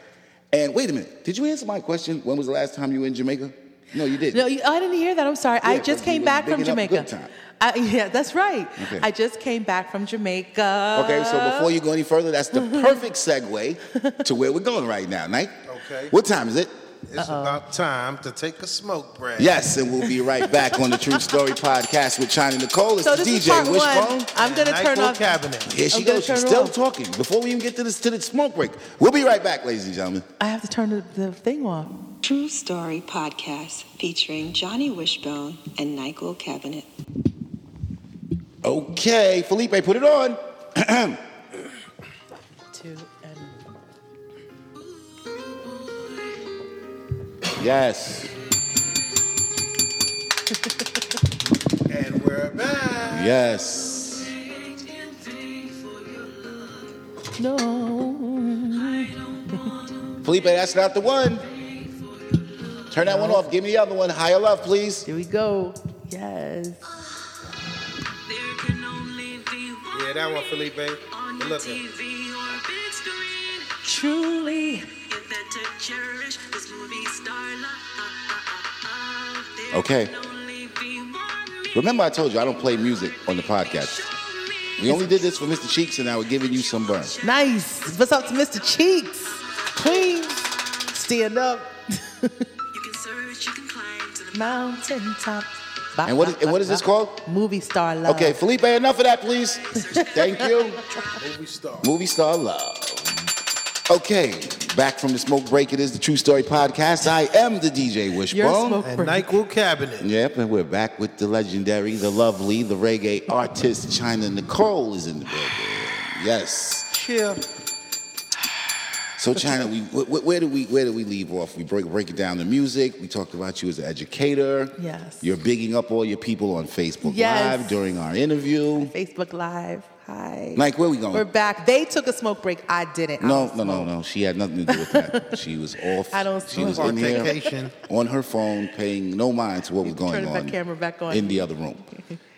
Speaker 2: And wait a minute, did you answer my question? When was the last time you were in Jamaica? No, you didn't.
Speaker 3: no, you, oh, I didn't hear that. I'm sorry. I
Speaker 2: Yeah,
Speaker 3: just
Speaker 2: but you
Speaker 3: came
Speaker 2: was
Speaker 3: back from
Speaker 2: bigging up
Speaker 3: Jamaica.
Speaker 2: good time.
Speaker 3: I, yeah, that's right.
Speaker 2: Okay.
Speaker 3: I just came back from Jamaica.
Speaker 2: Okay, so before you go any further, that's the perfect segue to where we're going right now, Nike.
Speaker 4: Okay.
Speaker 2: What time is it?
Speaker 4: It's about time to take a smoke break.
Speaker 2: Yes, and we'll be right back on the True Story podcast with China Nicole. It's
Speaker 3: so
Speaker 2: the
Speaker 3: this is
Speaker 2: DJ
Speaker 3: part
Speaker 2: Wishbone.
Speaker 3: one. I'm gonna
Speaker 4: NyQuil
Speaker 3: turn off.
Speaker 4: cabinet.
Speaker 2: Here she
Speaker 3: I'm gonna
Speaker 2: goes. She's
Speaker 3: turn it
Speaker 2: still
Speaker 3: off.
Speaker 2: talking. Before we even get to this to the smoke break, we'll be right back, ladies and gentlemen.
Speaker 3: I have to turn the, the thing off.
Speaker 1: True Story Podcast featuring Johnny Wishbone and NyQuil Cabinet.
Speaker 2: Okay, Felipe, put it on.
Speaker 3: Two and
Speaker 2: Yes.
Speaker 4: And we're back.
Speaker 2: Yes.
Speaker 3: no.
Speaker 2: Felipe, that's not the one. Turn that one off. Give me the other one. Higher love, please.
Speaker 3: Here we go. Yes.
Speaker 5: There can only be one
Speaker 4: Yeah, that one, Felipe.
Speaker 5: on
Speaker 4: But
Speaker 5: your
Speaker 4: Look, at-
Speaker 5: TV or big screen.
Speaker 3: Truly.
Speaker 5: You better cherish this movie star love. There
Speaker 2: Okay.
Speaker 5: can only be one me.
Speaker 2: Remember, I told you I don't play music on the podcast.
Speaker 5: Show me.
Speaker 2: We only did this for Mr. Cheeks, and now we're giving you some burn.
Speaker 3: Nice. What's up to Mr. Cheeks? Queen. Stand up.
Speaker 5: You can search, you can climb to the
Speaker 3: Mountain top.
Speaker 2: And what is- and what is this called?
Speaker 3: Movie Star Love.
Speaker 2: Okay, Felipe, enough of that, please. Thank you.
Speaker 4: movie star.
Speaker 2: Movie star love. Okay, back from the smoke break. It is the True Story Podcast. I am the DJ Wishbone.
Speaker 3: Your smoke
Speaker 4: And
Speaker 3: break.
Speaker 4: NyQuil cabinet.
Speaker 2: Yep, and we're back with the legendary, the lovely, the reggae artist China Nicole is in the building. Yes.
Speaker 4: Chill.
Speaker 2: So China, we where, where do we where do we leave off? We break break it down to music. We talked about you as an educator.
Speaker 3: Yes.
Speaker 2: You're bigging up all your people on Facebook
Speaker 3: Yes.
Speaker 2: Live during our interview.
Speaker 3: Facebook Live. Hi.
Speaker 2: Mike, where we going?
Speaker 3: We're back. They took a smoke break. I didn't. I
Speaker 2: no,
Speaker 3: don't
Speaker 2: no, no,
Speaker 3: smoke.
Speaker 2: no. She had nothing to do with that. She was off.
Speaker 3: I don't
Speaker 2: She was
Speaker 3: smoke.
Speaker 2: in here
Speaker 4: Vacation.
Speaker 2: on her phone, paying no mind to what was going
Speaker 3: Turn that
Speaker 2: on
Speaker 3: camera back on.
Speaker 2: in the other room.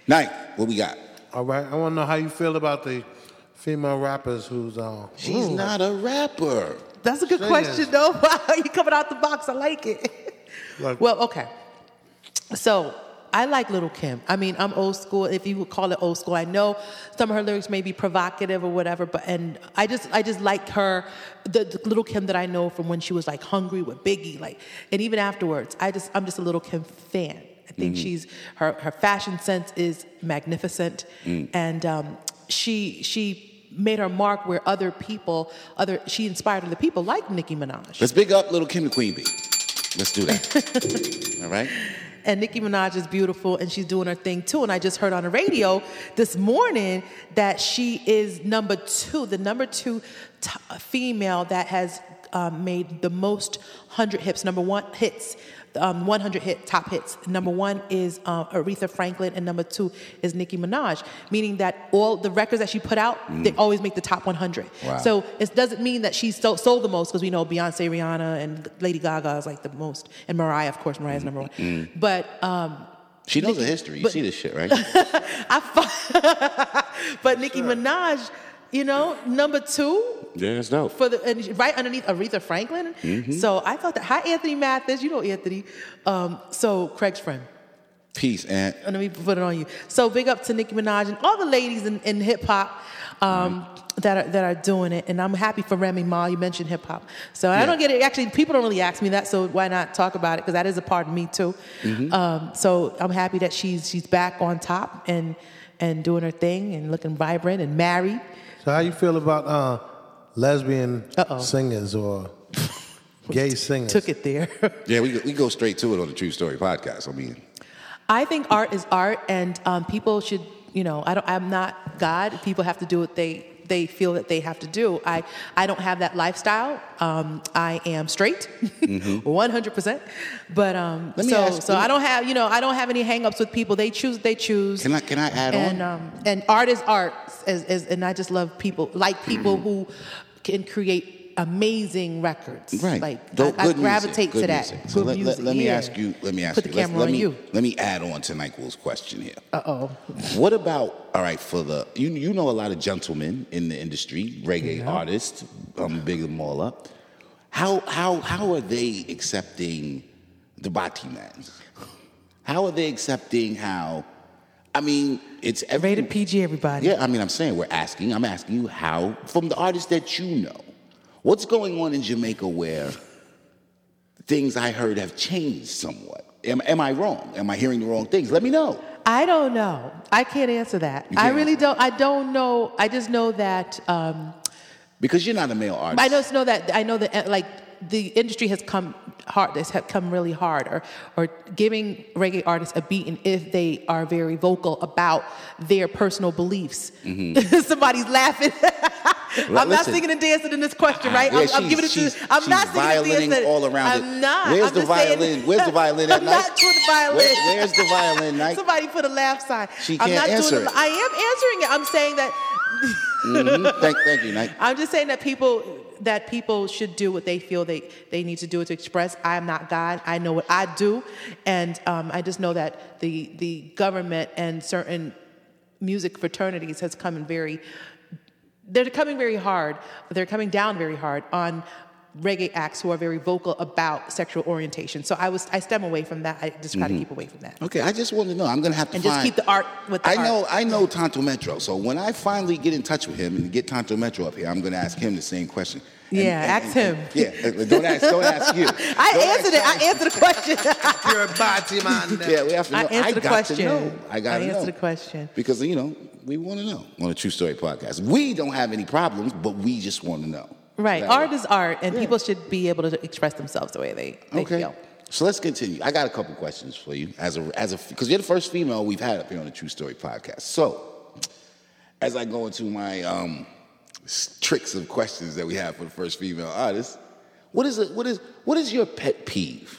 Speaker 2: Nike, what we got?
Speaker 4: All right. I want to know how you feel about the female rappers who's uh, on.
Speaker 2: She's not a rapper.
Speaker 3: That's a good
Speaker 4: Say
Speaker 3: question,
Speaker 4: yes.
Speaker 3: though. Wow, you coming out the box. I like it.
Speaker 4: Like-
Speaker 3: well, okay. So I like Little Kim. I mean, I'm old school, if you would call it old school. I know some of her lyrics may be provocative or whatever, but and I just I just like her, the, the Little Kim that I know from when she was like hungry with Biggie, like, and even afterwards. I just I'm just a Little Kim fan. I think she's her her fashion sense is magnificent, and um, she she. Made her mark where other people, other she inspired other people like Nicki Minaj.
Speaker 2: Let's big up little Kim the Queen Bee. Let's do that. All right?
Speaker 3: And Nicki Minaj is beautiful and she's doing her thing too. And I just heard on the radio this morning that she is number two, the number two t- female that has um, made the most 100 hits, number one hits, um, 100 hit top hits. Number one is um, Aretha Franklin and number two is Nicki Minaj, meaning that all the records that she put out, they always make the top 100.
Speaker 2: Wow.
Speaker 3: So it doesn't mean that she sold, sold the most because we know Beyonce, Rihanna, and Lady Gaga is like the most, and Mariah, of course, Mariah's number one. But um,
Speaker 2: She knows the history. You see this shit, right?
Speaker 3: I, fu- but Nicki Minaj, you know, number two
Speaker 2: yeah, that's dope.
Speaker 3: for the and right underneath Aretha Franklin. So I thought that. Hi, Anthony Mathis. You know Anthony. Um, so Craig's friend.
Speaker 2: Peace, and
Speaker 3: And let me put it on you. So big up to Nicki Minaj and all the ladies in, in hip hop um, that are that are doing it. And I'm happy for Remy Ma. You mentioned hip hop, so I don't get it. Actually, people don't really ask me that, so why not talk about it? Because that is a part of me too. Um, so I'm happy that she's she's back on top and and doing her thing and looking vibrant and married.
Speaker 4: So how you feel about uh, lesbian
Speaker 3: Uh-oh.
Speaker 4: singers or gay singers?
Speaker 3: Took it there.
Speaker 2: Yeah, we, we go straight to it on the True Story podcast. I mean,
Speaker 3: I think art is art, and um, people should, you know, I don't, I'm not God. People have to do what they they feel that they have to do. I, I don't have that lifestyle. Um, I am straight, 100%. But um,
Speaker 2: Mm-hmm. Let me
Speaker 3: so,
Speaker 2: ask-
Speaker 3: so
Speaker 2: let me-
Speaker 3: I don't have, you know, I don't have any hangups with people. They choose, they choose.
Speaker 2: Can I- can I add
Speaker 3: and,
Speaker 2: on?
Speaker 3: Um, and art is art, as, as, and I just love people, like people who can create amazing records.
Speaker 2: Right.
Speaker 3: Like,
Speaker 2: Tho-
Speaker 3: I, I
Speaker 2: good music,
Speaker 3: gravitate
Speaker 2: good
Speaker 3: to that.
Speaker 2: music. So let,
Speaker 3: Good
Speaker 2: let,
Speaker 3: music,
Speaker 2: let me
Speaker 3: yeah.
Speaker 2: ask you. Let me ask
Speaker 3: Put
Speaker 2: you.
Speaker 3: the
Speaker 2: let's-
Speaker 3: camera
Speaker 2: let
Speaker 3: on
Speaker 2: me,
Speaker 3: you.
Speaker 2: Let me add on to Nyquil's question here.
Speaker 3: Uh-oh.
Speaker 2: What about all right for the you you know a lot of gentlemen in the industry, reggae artists. I'm big them all up. How how how are they accepting the Bati man? How are they accepting how? I mean, it's every
Speaker 3: Rated PG, everybody.
Speaker 2: yeah, I mean, I'm saying we're asking. I'm asking you how, from the artists that you know, what's going on in Jamaica where things I heard have changed somewhat? Am, am I wrong? Am I hearing the wrong things? Let me know.
Speaker 3: I don't know. I can't answer that.
Speaker 2: You
Speaker 3: I
Speaker 2: can't
Speaker 3: really
Speaker 2: answer.
Speaker 3: don't. I don't know. I just know that. Um,
Speaker 2: Because you're not a male artist.
Speaker 3: I just know that. I know that. uh, Like the industry has come hard. Has ha- come really hard, or or giving reggae artists a beating if they are very vocal about their personal beliefs. Somebody's laughing. I'm not
Speaker 2: Mm-hmm. listen.
Speaker 3: singing and dancing in this question, right?
Speaker 2: Yeah,
Speaker 3: I'm, I'm
Speaker 2: she's-
Speaker 3: giving it to.
Speaker 2: she's-
Speaker 3: I'm not
Speaker 2: she's
Speaker 3: singing
Speaker 2: violining
Speaker 3: and dancing.
Speaker 2: all around
Speaker 3: I'm
Speaker 2: it.
Speaker 3: not.
Speaker 2: Where's
Speaker 3: I'm
Speaker 2: the
Speaker 3: just saying-
Speaker 2: violin? Where's the violin at
Speaker 3: I'm
Speaker 2: night?
Speaker 3: not doing the violin.
Speaker 2: Where- where's the violin night?
Speaker 3: Somebody put a laugh sign.
Speaker 2: She
Speaker 3: I'm
Speaker 2: can't
Speaker 3: not
Speaker 2: answer
Speaker 3: doing.
Speaker 2: it.
Speaker 3: The, I am answering it. I'm saying that
Speaker 2: Mhm. thank, thank you, Nike.
Speaker 3: I'm just saying that people that people should do what they feel they, they need to do to express. I am not God. I know what I do, and um, I just know that the the government and certain music fraternities has come in very they're coming very hard. They're coming down very hard on reggae acts who are very vocal about sexual orientation. So I was I stem away from that. I just try
Speaker 2: Mm-hmm.
Speaker 3: to keep away from that.
Speaker 2: Okay, I just want to know. I'm gonna have to
Speaker 3: And
Speaker 2: find.
Speaker 3: just keep the art with the
Speaker 2: I
Speaker 3: art.
Speaker 2: know, I know Tonto Metro. So when I finally get in touch with him and get Tonto Metro up here, I'm gonna ask him the same question. And-
Speaker 3: Yeah,
Speaker 2: and- and-
Speaker 3: ask him.
Speaker 2: yeah, uh, don't ask, don't ask you.
Speaker 3: I
Speaker 2: Don't
Speaker 3: answered it.
Speaker 2: ask
Speaker 3: I answered the question.
Speaker 4: You're a body man.
Speaker 2: Yeah, we have to know.
Speaker 3: I answered the
Speaker 2: got To
Speaker 3: question.
Speaker 2: know. I got
Speaker 3: I
Speaker 2: to know.
Speaker 3: answered the question.
Speaker 2: Because, you know, we want to know on a True Story podcast. We don't have any problems, but we just want to know.
Speaker 3: Right.
Speaker 2: That
Speaker 3: Art
Speaker 2: way.
Speaker 3: is art, and
Speaker 2: Yeah.
Speaker 3: people should be able to express themselves the way they, they
Speaker 2: Okay.
Speaker 3: feel.
Speaker 2: So let's continue. I got a couple questions for you as a as a because you're the first female we've had up here on the True Story podcast. So as I go into my um, s- tricks of questions that we have for the first female artist, what is it? What is what is your pet peeve?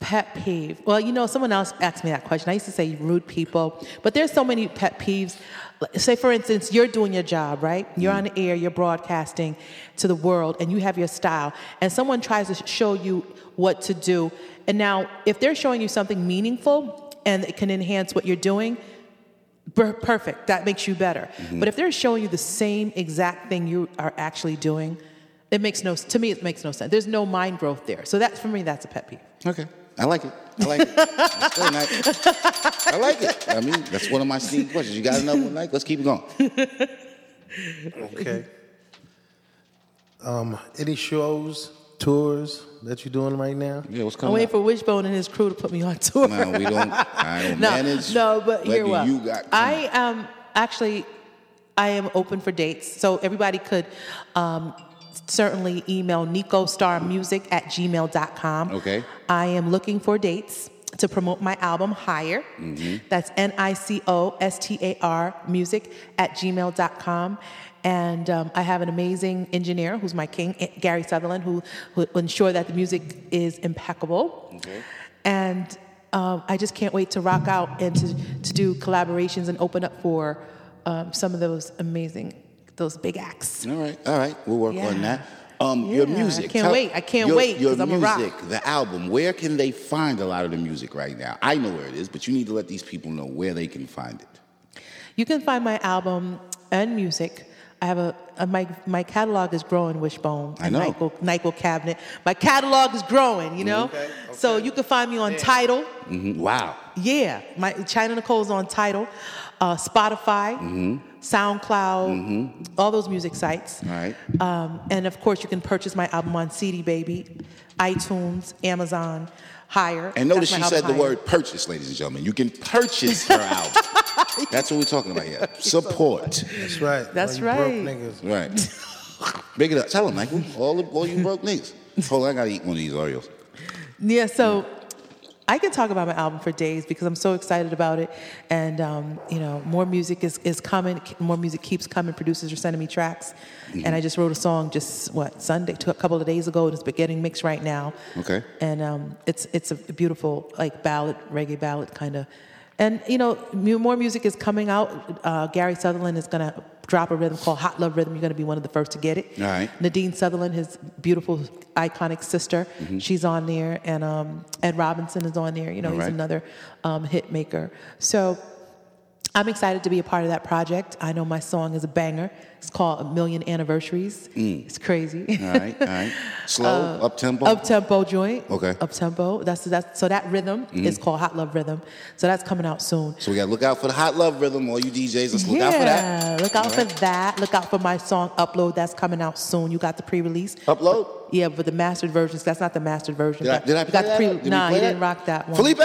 Speaker 3: Pet peeve. Well, you know, someone else asked me that question. I used to say rude people, but there's so many pet peeves. Like, Say, for instance, you're doing your job, right? You're on the air, you're broadcasting to the world, and you have your style, and someone tries to sh- show you what to do. And now, if they're showing you something meaningful and it can enhance what you're doing, per- perfect. That makes you better. But if they're showing you the same exact thing you are actually doing, it makes no to me. It makes no sense. There's no mind growth there. So that's for me. That's a pet peeve.
Speaker 2: Okay. I like it. I like it. That's good, Nike. I like it. I mean, that's one of my sneaky questions. You got another one, Nike? Let's keep it going.
Speaker 4: Okay. Um, any shows, tours that you're doing right now?
Speaker 2: Yeah, what's
Speaker 3: I'm
Speaker 2: coming
Speaker 3: waiting
Speaker 2: up?
Speaker 3: for Wishbone and his crew to put me on tour.
Speaker 2: No, we don't. I don't
Speaker 3: no,
Speaker 2: manage.
Speaker 3: no,
Speaker 2: what
Speaker 3: but here
Speaker 2: do
Speaker 3: what
Speaker 2: you got?
Speaker 3: I am actually, I am open for dates, so everybody could. Um, Certainly email nicostarmusic at gmail.com.
Speaker 2: Okay.
Speaker 3: I am looking for dates to promote my album Higher.
Speaker 2: Mm-hmm.
Speaker 3: That's N I C O S T A R music at gmail.com. And um, I have an amazing engineer who's my king, Gary Sutherland, who who will ensure that the music is impeccable. And um, I just can't wait to rock out and to, to do collaborations and open up for um, some of those amazing, those big acts.
Speaker 2: All right, all right. We'll work on
Speaker 3: Yeah.
Speaker 2: that. Um, your
Speaker 3: Yeah, I
Speaker 2: music.
Speaker 3: can't wait. I can't
Speaker 2: your,
Speaker 3: wait,
Speaker 2: Your
Speaker 3: 'cause I'm a
Speaker 2: music,
Speaker 3: rock.
Speaker 2: the album. Where can they find a lot of the music right now? I know where it is, but you need to let these people know where they can find it.
Speaker 3: You can find my album and music. I have a, a my my catalog is growing, Wishbone.
Speaker 2: I know.
Speaker 3: Nyquil, Nyquil cabinet. My catalog is growing. You know.
Speaker 4: Okay,
Speaker 3: So you can find me on Title.
Speaker 2: Mhm. Wow.
Speaker 3: Yeah, my China Nicole's on Title, uh, Spotify, SoundCloud, all those music sites.
Speaker 2: All right.
Speaker 3: Um, and of course, you can purchase my album on CD Baby, iTunes, Amazon, Higher.
Speaker 2: And notice
Speaker 3: That's
Speaker 2: she
Speaker 3: my
Speaker 2: said
Speaker 3: album,
Speaker 2: the
Speaker 3: Higher.
Speaker 2: word purchase, ladies and gentlemen. You can purchase her album. That's what we're talking about here. Support.
Speaker 4: That's right.
Speaker 3: That's
Speaker 4: All you
Speaker 3: right.
Speaker 4: Broke niggas.
Speaker 2: Right. Big it up. Tell them, Michael. All, the, all you broke niggas. Hold on, I gotta eat one of these Oreos.
Speaker 3: Yeah, so I can talk about my album for days because I'm so excited about it, and um, you know, more music is, is coming. More music keeps coming. Producers are sending me tracks,
Speaker 2: Mm-hmm.
Speaker 3: and I just wrote a song just what Sunday, two, a couple of days ago, and it's getting mixed right now.
Speaker 2: Okay.
Speaker 3: And um, it's it's a beautiful like ballad, reggae ballad kind of, and you know, mu- more music is coming out. Uh, Gary Sutherland is gonna drop a rhythm called Hot Love Rhythm. You're gonna be one of the first to get it.
Speaker 2: All right.
Speaker 3: Nadine Sutherland, his beautiful, iconic sister, she's on there, and um, Ed Robinson is on there. You know,
Speaker 2: Mm-hmm. All
Speaker 3: he's
Speaker 2: right.
Speaker 3: another um, hit maker. So I'm excited to be a part of that project. I know my song is a banger. It's called A Million Anniversaries. It's crazy.
Speaker 2: Mm. All right, all right. Slow, up tempo.
Speaker 3: Uh, Up tempo joint.
Speaker 2: Okay. Mm-hmm.
Speaker 3: Up tempo. That's that's so that rhythm is called Hot Love Rhythm. So that's coming out soon.
Speaker 2: so we gotta look out for the hot love rhythm. All you DJs, let's look
Speaker 3: yeah,
Speaker 2: out for that.
Speaker 3: look out
Speaker 2: All
Speaker 3: for
Speaker 2: right.
Speaker 3: that. Look out for my song Upload that's coming out soon. You got the pre-release.
Speaker 2: Upload.
Speaker 3: Yeah, but the mastered versions, that's not the mastered version.
Speaker 2: Did I,
Speaker 3: but
Speaker 2: did I
Speaker 3: you
Speaker 2: play
Speaker 3: got the
Speaker 2: that?
Speaker 3: pre-
Speaker 2: Did we
Speaker 3: nah,
Speaker 2: play
Speaker 3: you
Speaker 2: that?
Speaker 3: didn't rock that one.
Speaker 2: Felipe,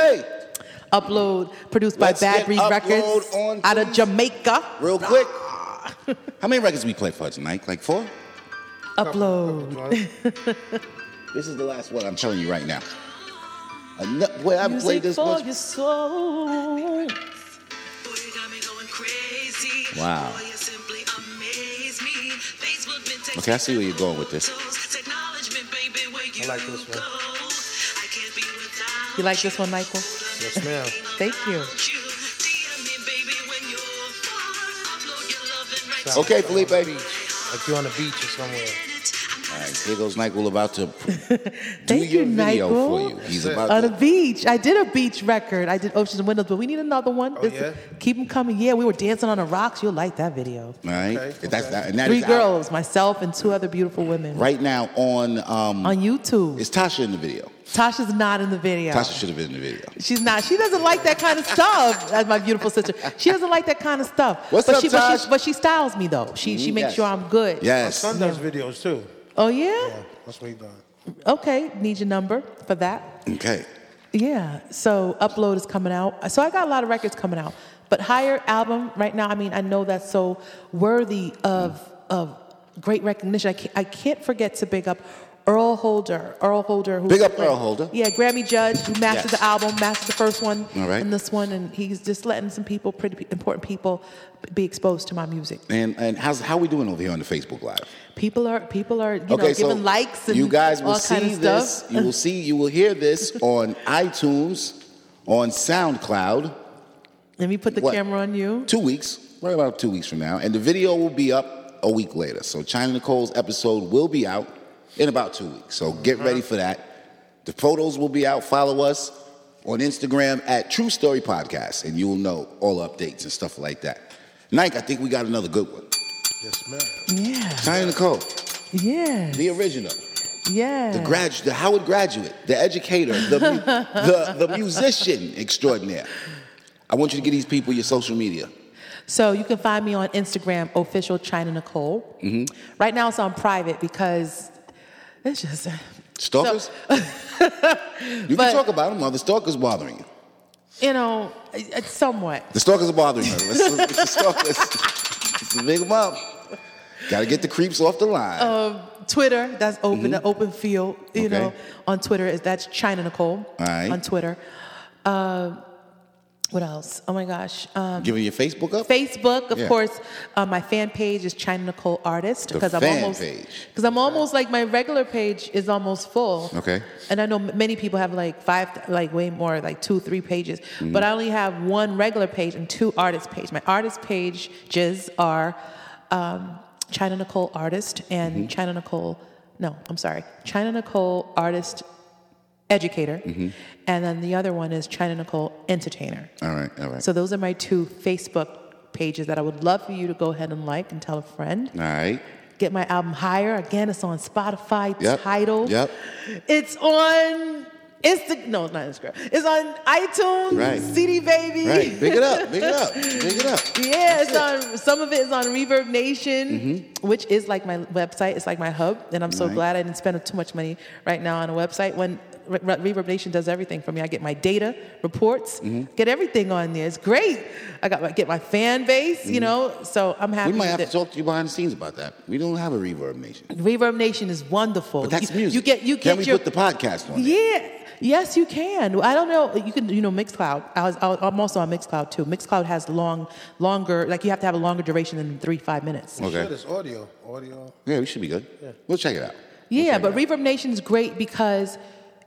Speaker 3: Upload, produced by
Speaker 2: Let's
Speaker 3: Bad
Speaker 2: get
Speaker 3: Breed
Speaker 2: Upload
Speaker 3: Records
Speaker 2: on,
Speaker 3: out of
Speaker 2: please.
Speaker 3: Jamaica.
Speaker 2: real quick. How many records we play for tonight? Like four?
Speaker 3: Upload.
Speaker 2: This is the last one. I'm telling you right now. Ano- Boy, I played this
Speaker 3: for
Speaker 2: much.
Speaker 3: your soul.
Speaker 5: Boy, you got me going crazy.
Speaker 2: Wow.
Speaker 5: Boy, you simply amaze me. Facebook been texting
Speaker 2: Okay, I see where you're going with this.
Speaker 5: photos. Acknowledgement, baby, where you
Speaker 4: like this one.
Speaker 5: go. I can't be without
Speaker 3: You like this one, Michael?
Speaker 4: Yes, ma'am.
Speaker 3: Thank you.
Speaker 5: you. DM me, baby, when you're far. Upload your love and write
Speaker 4: Sounds
Speaker 2: Okay,
Speaker 4: like I'm on
Speaker 2: Felipe.
Speaker 4: the beach. Like you're on the beach or somewhere.
Speaker 5: it. I'm
Speaker 2: All right, here goes Nyquil about to pr- do
Speaker 3: Thank
Speaker 2: your
Speaker 3: you,
Speaker 2: video
Speaker 3: Nyquil.
Speaker 2: for you. He's
Speaker 4: That's it.
Speaker 2: about
Speaker 3: On a
Speaker 2: to.
Speaker 3: beach. I did a beach record. I did Oceans and Windows, but we need another one.
Speaker 4: Oh,
Speaker 3: This-
Speaker 4: yeah?
Speaker 3: Keep them coming. Yeah, we were dancing on the rocks. You'll like that video.
Speaker 2: All right,
Speaker 4: Okay,
Speaker 2: that's
Speaker 4: okay.
Speaker 2: that, and that
Speaker 3: Three
Speaker 2: is out
Speaker 3: girls, myself, and two other beautiful women.
Speaker 2: right now on. Um,
Speaker 3: On YouTube.
Speaker 2: is Tasha in the video?
Speaker 3: Tasha's not in the video.
Speaker 2: Tasha should have been in the video.
Speaker 3: She's not. She doesn't like that kind of stuff. That's my beautiful sister. She doesn't like that kind of stuff.
Speaker 2: What's
Speaker 3: but
Speaker 2: up,
Speaker 3: she, But
Speaker 2: Taj?
Speaker 3: she, but she styles me though. She she
Speaker 2: Mhm,
Speaker 3: makes
Speaker 2: yes.
Speaker 3: sure I'm good.
Speaker 4: My
Speaker 2: Yes.
Speaker 4: son does videos too.
Speaker 3: Oh
Speaker 4: Yeah,
Speaker 3: yeah.
Speaker 4: that's what he done.
Speaker 3: Okay. Need your number for that.
Speaker 2: Okay.
Speaker 3: Yeah. So upload is coming out. So I got a lot of records coming out. But higher album right now. I mean, I know that's so worthy of of great recognition. I can't, I can't forget to big up Earl Holder. Earl Holder. Who
Speaker 2: Big up Earl Holder.
Speaker 3: Yeah, Grammy judge who mastered
Speaker 2: Yes.
Speaker 3: the album, mastered the first one,
Speaker 2: All right.
Speaker 3: and this one, and he's just letting some people, pretty pe- important people, be exposed to my music.
Speaker 2: And and how's how we doing over here on the Facebook Live?
Speaker 3: People are people are you know
Speaker 2: so
Speaker 3: giving likes and
Speaker 2: you guys will
Speaker 3: all
Speaker 2: see
Speaker 3: kind of
Speaker 2: this.
Speaker 3: stuff.
Speaker 2: You will see. You will hear this on iTunes, on SoundCloud.
Speaker 3: Let me put the
Speaker 2: What?
Speaker 3: camera on you.
Speaker 2: Two weeks, right about two weeks from now, and the video will be up a week later. So China Nicole's episode will be out in about two weeks. So get
Speaker 3: Uh-huh.
Speaker 2: ready for that. The photos will be out. Follow us on Instagram at True Story Podcast, and you will know all updates and stuff like that. Nike, I think we got another good one.
Speaker 4: Yes, ma'am.
Speaker 3: Yeah.
Speaker 2: China Nicole,
Speaker 3: Yeah.
Speaker 2: the original.
Speaker 3: Yeah.
Speaker 2: The grad, the Howard graduate, the educator, the, mu- the, the musician extraordinaire. I want you to give these people your social media.
Speaker 3: So you can find me on Instagram, official China Nicole.
Speaker 2: Mm-hmm.
Speaker 3: Right now it's on private because it's just.
Speaker 2: Stalkers? you
Speaker 3: But-
Speaker 2: can talk about them. Are the stalkers bothering you?
Speaker 3: You know, it's somewhat.
Speaker 2: The stalkers are bothering you. Let's, let's get the stalkers. Let's big them up. Got to get the creeps off the line.
Speaker 3: Oh. Twitter, that's open, the open field. You
Speaker 2: Mm-hmm. Okay.
Speaker 3: know, on Twitter is that's China Nicole
Speaker 2: All right.
Speaker 3: on Twitter. Uh, what else? Oh my gosh. Um,
Speaker 2: Giving your Facebook up?
Speaker 3: Facebook, of
Speaker 2: Yeah.
Speaker 3: course. Uh, my fan page is China Nicole Artist
Speaker 2: The
Speaker 3: because I'm
Speaker 2: fan
Speaker 3: almost
Speaker 2: page.
Speaker 3: because I'm almost like my regular page is almost full.
Speaker 2: Okay.
Speaker 3: And I know m- many people have like five, like way more, like two, three pages.
Speaker 2: Mm-hmm.
Speaker 3: But I only have one regular page and two artist page. My artist pages are um, China Nicole Artist and
Speaker 2: Mm-hmm.
Speaker 3: China Nicole. No, I'm sorry, China Nicole Artist Educator,
Speaker 2: Mm-hmm.
Speaker 3: and then the other one is China Nicole Entertainer.
Speaker 2: all right, all right.
Speaker 3: So those are my two Facebook pages that I would love for you to go ahead and like and tell a friend.
Speaker 2: all right.
Speaker 3: Get my album higher. Again, it's on Spotify,
Speaker 2: Yep.
Speaker 3: title.
Speaker 2: Yep.
Speaker 3: It's on Insta no, it's not Instagram. It's on iTunes,
Speaker 2: Right.
Speaker 3: CD Baby.
Speaker 2: Right. Big it up. Big it up. Big it up.
Speaker 3: Yeah,
Speaker 2: That's Mm-hmm.
Speaker 3: it's on some of it is on Reverb Nation, which is like my website. It's like my hub, and I'm so
Speaker 2: Right.
Speaker 3: glad I didn't spend too much money right now on a website. When Re- Re- Reverb Nation does everything for me, I get my data, reports,
Speaker 2: Mm-hmm.
Speaker 3: get everything on there. It's great. I got my, get my fan base, you know. So I'm happy.
Speaker 2: Mm-hmm. We might have
Speaker 3: that
Speaker 2: to talk to you behind the scenes about that. We don't have a reverb nation.
Speaker 3: Reverb Nation is wonderful.
Speaker 2: But that's
Speaker 3: you,
Speaker 2: music.
Speaker 3: You get you get
Speaker 2: Can we
Speaker 3: your
Speaker 2: put the podcast on? there?
Speaker 3: yeah. Yes, you can. I don't know. You can, you know, Mixcloud. I was, I was, I'm also on Mixcloud too. Mixcloud has long, longer. Like you have to have a longer duration than three, five minutes.
Speaker 2: Okay.
Speaker 4: Sure, it's audio. Audio.
Speaker 2: Yeah, we should be good. We'll check it out.
Speaker 3: Yeah, but Reverb Nation's great because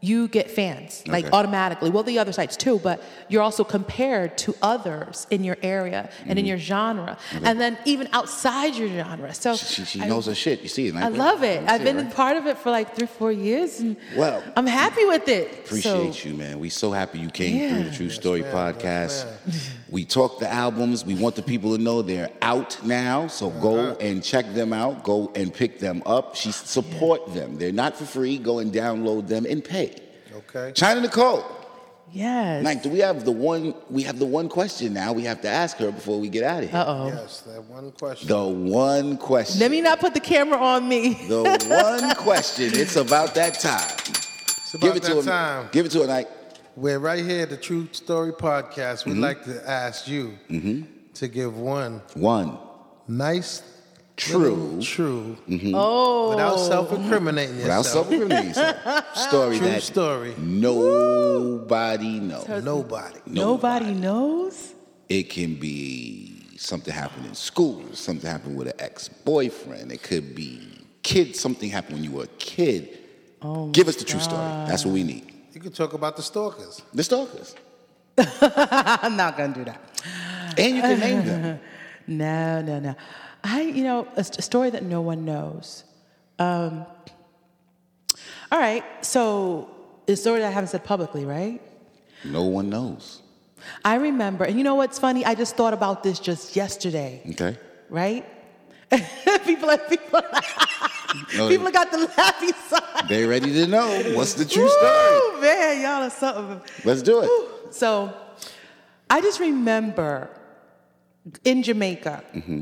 Speaker 3: you get fans like
Speaker 2: Okay.
Speaker 3: automatically. Well, the other sites too, but you're also compared to others in your area and
Speaker 2: Mm-hmm.
Speaker 3: in your genre, and then even outside your genre. So
Speaker 2: She, she
Speaker 3: I-
Speaker 2: knows her shit. You see it.
Speaker 3: I
Speaker 2: Nigel?
Speaker 3: love it.
Speaker 2: You see
Speaker 3: I've been
Speaker 2: right?
Speaker 3: a part of it for like three, four years, and
Speaker 2: Well,
Speaker 3: I'm happy with it.
Speaker 2: Appreciate you, man. We so happy you came through the
Speaker 3: Yeah.
Speaker 2: True Story podcast. We talked the albums. We want the people to know they're out now. So
Speaker 3: Uh-huh.
Speaker 2: go and check them out. Go and pick them up. She support them. They're not for free. Go and download them and pay.
Speaker 4: Okay.
Speaker 2: China Nicole.
Speaker 3: Yes.
Speaker 2: Like, do we have the one we have the one question now we have to ask her before we get out of here?
Speaker 3: Uh oh.
Speaker 4: Yes, that one question.
Speaker 2: Um, The one question.
Speaker 3: Let me not put the camera on me.
Speaker 2: the one question. It's about that time.
Speaker 4: It's about
Speaker 2: give it
Speaker 4: that
Speaker 2: to her.
Speaker 4: time.
Speaker 2: Give it to her like
Speaker 4: We're right here at the True Story Podcast.
Speaker 2: Mm-hmm.
Speaker 4: We'd like to ask you to give one
Speaker 2: one
Speaker 4: nice,
Speaker 2: true Mm.
Speaker 4: true,
Speaker 3: Oh.
Speaker 4: without self-incriminating
Speaker 2: without
Speaker 4: yourself.
Speaker 2: self-incriminating yourself. story
Speaker 4: True
Speaker 2: that
Speaker 4: story.
Speaker 2: nobody knows.
Speaker 4: Nobody.
Speaker 3: Nobody knows.
Speaker 2: It can be something happened in school, something happened with an ex-boyfriend. It could be kids. Something happened when you were a kid.
Speaker 3: Oh
Speaker 2: give us the true story. That's what we need.
Speaker 4: You can talk about the stalkers.
Speaker 2: The stalkers,
Speaker 3: I'm not gonna do that.
Speaker 2: and you can name them.
Speaker 3: No, no, no. I, you know, a, st- story that no one knows. Um, all right, so it's a story that I haven't said publicly, right?
Speaker 2: No one knows.
Speaker 3: I remember, and you know what's funny? I just thought about this just yesterday,
Speaker 2: Okay.
Speaker 3: right? people are people.
Speaker 2: No,
Speaker 3: people
Speaker 2: they-
Speaker 3: got the laughing side.
Speaker 2: They ready to know what's the true story.
Speaker 3: Woo, man, y'all are something.
Speaker 2: Let's do it.
Speaker 3: Woo. So I just remember in Jamaica
Speaker 2: Mm-hmm.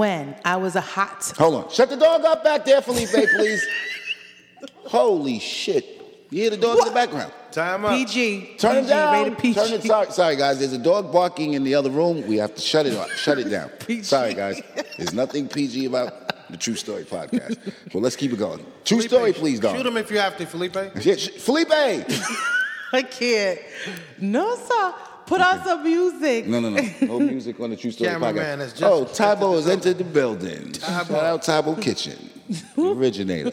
Speaker 3: when I was a hot.
Speaker 2: Hold on. Shut the dog up back there, Felipe, please. Holy shit. You hear the dog in the background.
Speaker 4: Time up.
Speaker 3: PG.
Speaker 2: Turn it
Speaker 3: PG,
Speaker 2: down.
Speaker 3: rated PG.
Speaker 2: Turn it. Sorry, sorry, guys. There's a dog barking in the other room. We have to shut it off. Shut it down.
Speaker 3: PG.
Speaker 2: Sorry, guys. There's nothing PG about the True Story podcast. But let's keep it going. True Story, please, dog.
Speaker 4: Shoot them if you have to, Felipe.
Speaker 2: Yeah, sh- Felipe.
Speaker 3: I can't. No, sir. Put on some music.
Speaker 2: No, no, no. No music on the True Story
Speaker 4: Cameraman
Speaker 2: podcast.
Speaker 4: has just
Speaker 2: oh,
Speaker 4: entered
Speaker 2: Tybo
Speaker 4: the
Speaker 2: has entered the building. Shout out Tybo Kitchen, the originator.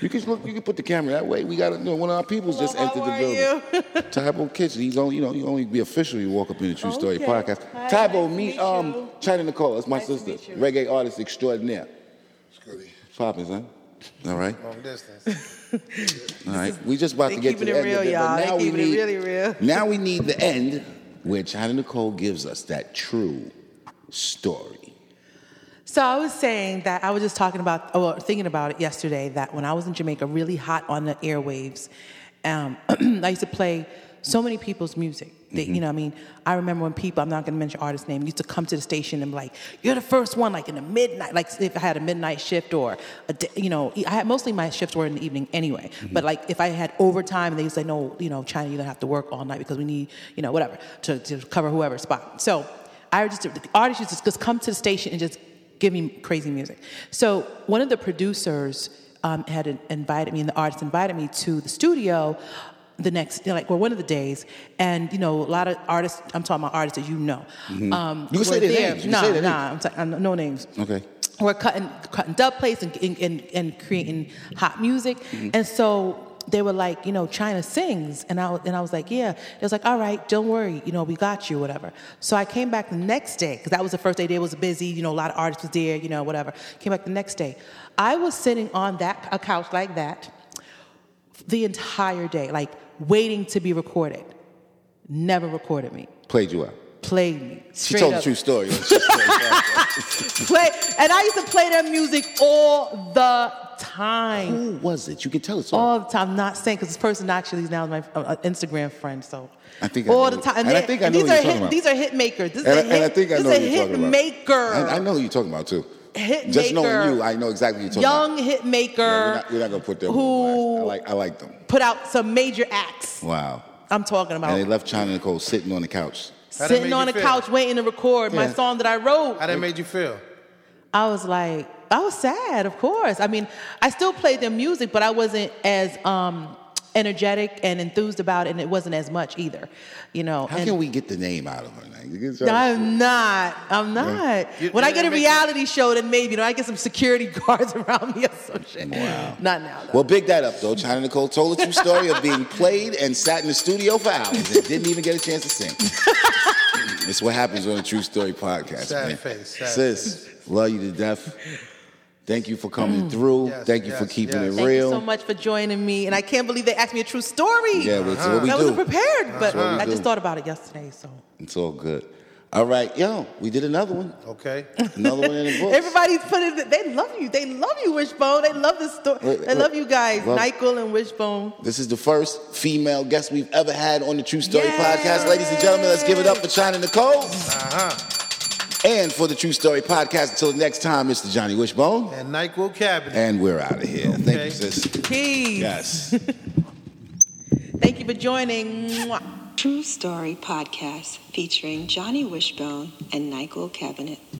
Speaker 2: You can look. You can put the camera that way. We got you know, one of our people's just
Speaker 3: Hello,
Speaker 2: entered
Speaker 3: how
Speaker 2: the
Speaker 3: are
Speaker 2: building. Tybo Kitchen. He's only you know you only be official. You walk up in the True Story
Speaker 3: Okay.
Speaker 2: podcast.
Speaker 3: Hi,
Speaker 2: Tybo,
Speaker 3: nice to
Speaker 2: meet
Speaker 3: meet you.
Speaker 2: um China Nicole. That's my
Speaker 3: Nice to
Speaker 2: sister,
Speaker 3: meet you.
Speaker 2: reggae artist extraordinaire. Popping, son. All right,
Speaker 4: Long distance.
Speaker 2: all right. We just about
Speaker 3: They
Speaker 2: to get to the
Speaker 3: keeping it
Speaker 2: end
Speaker 3: real,
Speaker 2: of it, but
Speaker 3: y'all. They
Speaker 2: now we
Speaker 3: keeping it
Speaker 2: need-
Speaker 3: really real.
Speaker 2: Now we need the end, where China Nicole gives us that true story.
Speaker 3: So I was saying that I was just talking about, or thinking about it yesterday, that when I was in Jamaica, really hot on the airwaves, um, I used to play so many people's music. They, You know, what I mean, I remember when people, I'm not going to mention artist name, used to come to the station and be like, you're the first one, like in the midnight, like if I had a midnight shift or, a, d- you know, I had, mostly my shifts were in the evening anyway. But like if I had overtime, they used to say, no, you know, China, you're going to have to work all night because we need, you know, whatever, to, to cover whoever's spot. So I just the artists used to just come to the station and just give me crazy music. So one of the producers um, had in- invited me, and the artist invited me to the studio the next, like, well, one of the days, and you know, a lot of artists. I'm talking about artists that you know. Um,
Speaker 2: Mm-hmm. You can say
Speaker 3: were
Speaker 2: their
Speaker 3: there.
Speaker 2: names. You
Speaker 3: Nah,
Speaker 2: can say their
Speaker 3: nah, I'm sorry, no names
Speaker 2: Okay.
Speaker 3: were cutting cutting dub plates and and, and, and creating hot music.
Speaker 2: Mm-hmm.
Speaker 3: And so they were like, you know, China sings, and I and I was like, yeah. They was like, all right, don't worry, you know, we got you, whatever. So I came back the next day because that was the first day. They was busy, you know, a lot of artists was there, you know, whatever. Came back the next day. I was sitting on that a couch like that the entire day, like waiting to be recorded. Never recorded me.
Speaker 2: Played you out.
Speaker 3: Played me.
Speaker 2: She
Speaker 3: straight
Speaker 2: told
Speaker 3: up
Speaker 2: the true story. Who
Speaker 3: play, and I used to play their music all the time,
Speaker 2: was it? You can tell it's
Speaker 3: all the time. Not saying because this person actually is now my uh, Instagram friend, so
Speaker 2: I think I
Speaker 3: all
Speaker 2: know
Speaker 3: the
Speaker 2: who-
Speaker 3: time.
Speaker 2: and I
Speaker 3: they-
Speaker 2: think I know
Speaker 3: these
Speaker 2: who
Speaker 3: are
Speaker 2: you're talking
Speaker 3: hit,
Speaker 2: about.
Speaker 3: these are hit makers. This is
Speaker 2: And,
Speaker 3: a
Speaker 2: I-
Speaker 3: hit,
Speaker 2: and I think I
Speaker 3: this
Speaker 2: know
Speaker 3: is
Speaker 2: who
Speaker 3: a
Speaker 2: you're
Speaker 3: hit
Speaker 2: talking about.
Speaker 3: maker.
Speaker 2: I, I know who you're talking about too.
Speaker 3: Hit
Speaker 2: Just
Speaker 3: maker.
Speaker 2: knowing you, I know exactly who you're talking
Speaker 3: young
Speaker 2: about.
Speaker 3: hit maker
Speaker 2: Yeah, we're, not, we're not gonna put them. on
Speaker 3: who-
Speaker 2: blast. I like I like them.
Speaker 3: put out some major acts.
Speaker 2: Wow.
Speaker 3: I'm talking about
Speaker 2: And they left China Nicole sitting on the couch.
Speaker 4: that make
Speaker 3: sitting
Speaker 4: you
Speaker 3: on a
Speaker 4: feel?
Speaker 3: couch waiting to record my
Speaker 2: Yeah.
Speaker 3: song that I wrote.
Speaker 4: How that made you feel?
Speaker 3: I was like, I was sad, of course. I mean, I still played their music, but I wasn't as um, energetic and enthused about, it, and it wasn't as much either, you know.
Speaker 2: How
Speaker 3: and
Speaker 2: can we get the name out of her? Like, you can try-
Speaker 3: I'm not. I'm not.
Speaker 4: You-
Speaker 3: when I
Speaker 4: you
Speaker 3: get a
Speaker 4: didn't make-
Speaker 3: reality show, then maybe. When I get some security guards around me or some shit.
Speaker 2: Wow.
Speaker 3: Not now, though.
Speaker 2: Well, big that up though. China Nicole told a true story of being played and sat in the studio for hours and didn't even get a chance to sing. it's what happens on a true story podcast.
Speaker 4: Sad
Speaker 2: man.
Speaker 4: face, sad
Speaker 2: Sis, love you to death. Thank you for coming through.
Speaker 4: Yes,
Speaker 2: Thank you for
Speaker 4: yes,
Speaker 2: keeping
Speaker 4: yes.
Speaker 2: it
Speaker 3: Thank
Speaker 2: real.
Speaker 3: you so much for joining me. And I can't believe they asked me a true story.
Speaker 2: Yeah, well, it's
Speaker 4: Uh-huh.
Speaker 2: what we
Speaker 3: I
Speaker 2: do.
Speaker 3: wasn't prepared,
Speaker 2: what
Speaker 3: but
Speaker 2: we
Speaker 3: I
Speaker 2: do.
Speaker 3: just thought about it yesterday. So
Speaker 2: It's all good. All right, yo, we did another one.
Speaker 4: Okay.
Speaker 2: Another one in the books.
Speaker 3: everybody's putting. They love you. They love you, Wishbone. They love this story.
Speaker 2: Wait,
Speaker 3: They love
Speaker 2: wait.
Speaker 3: you guys,
Speaker 2: Love-
Speaker 3: Nyquil and Wishbone.
Speaker 2: This is the first female guest we've ever had on the True Story
Speaker 3: Yay.
Speaker 2: Podcast. Ladies and gentlemen, let's give it up for China Nicole. And for the True Story Podcast. Until next time, Mr. Johnny Wishbone.
Speaker 4: And NyQuil cabinet.
Speaker 2: And we're out of here. Thank
Speaker 4: Okay.
Speaker 2: you, sis.
Speaker 3: Peace.
Speaker 2: Yes.
Speaker 3: Thank you for joining. Mwah.
Speaker 1: True Story Podcast featuring Johnny Wishbone and Nyquil Cabinet.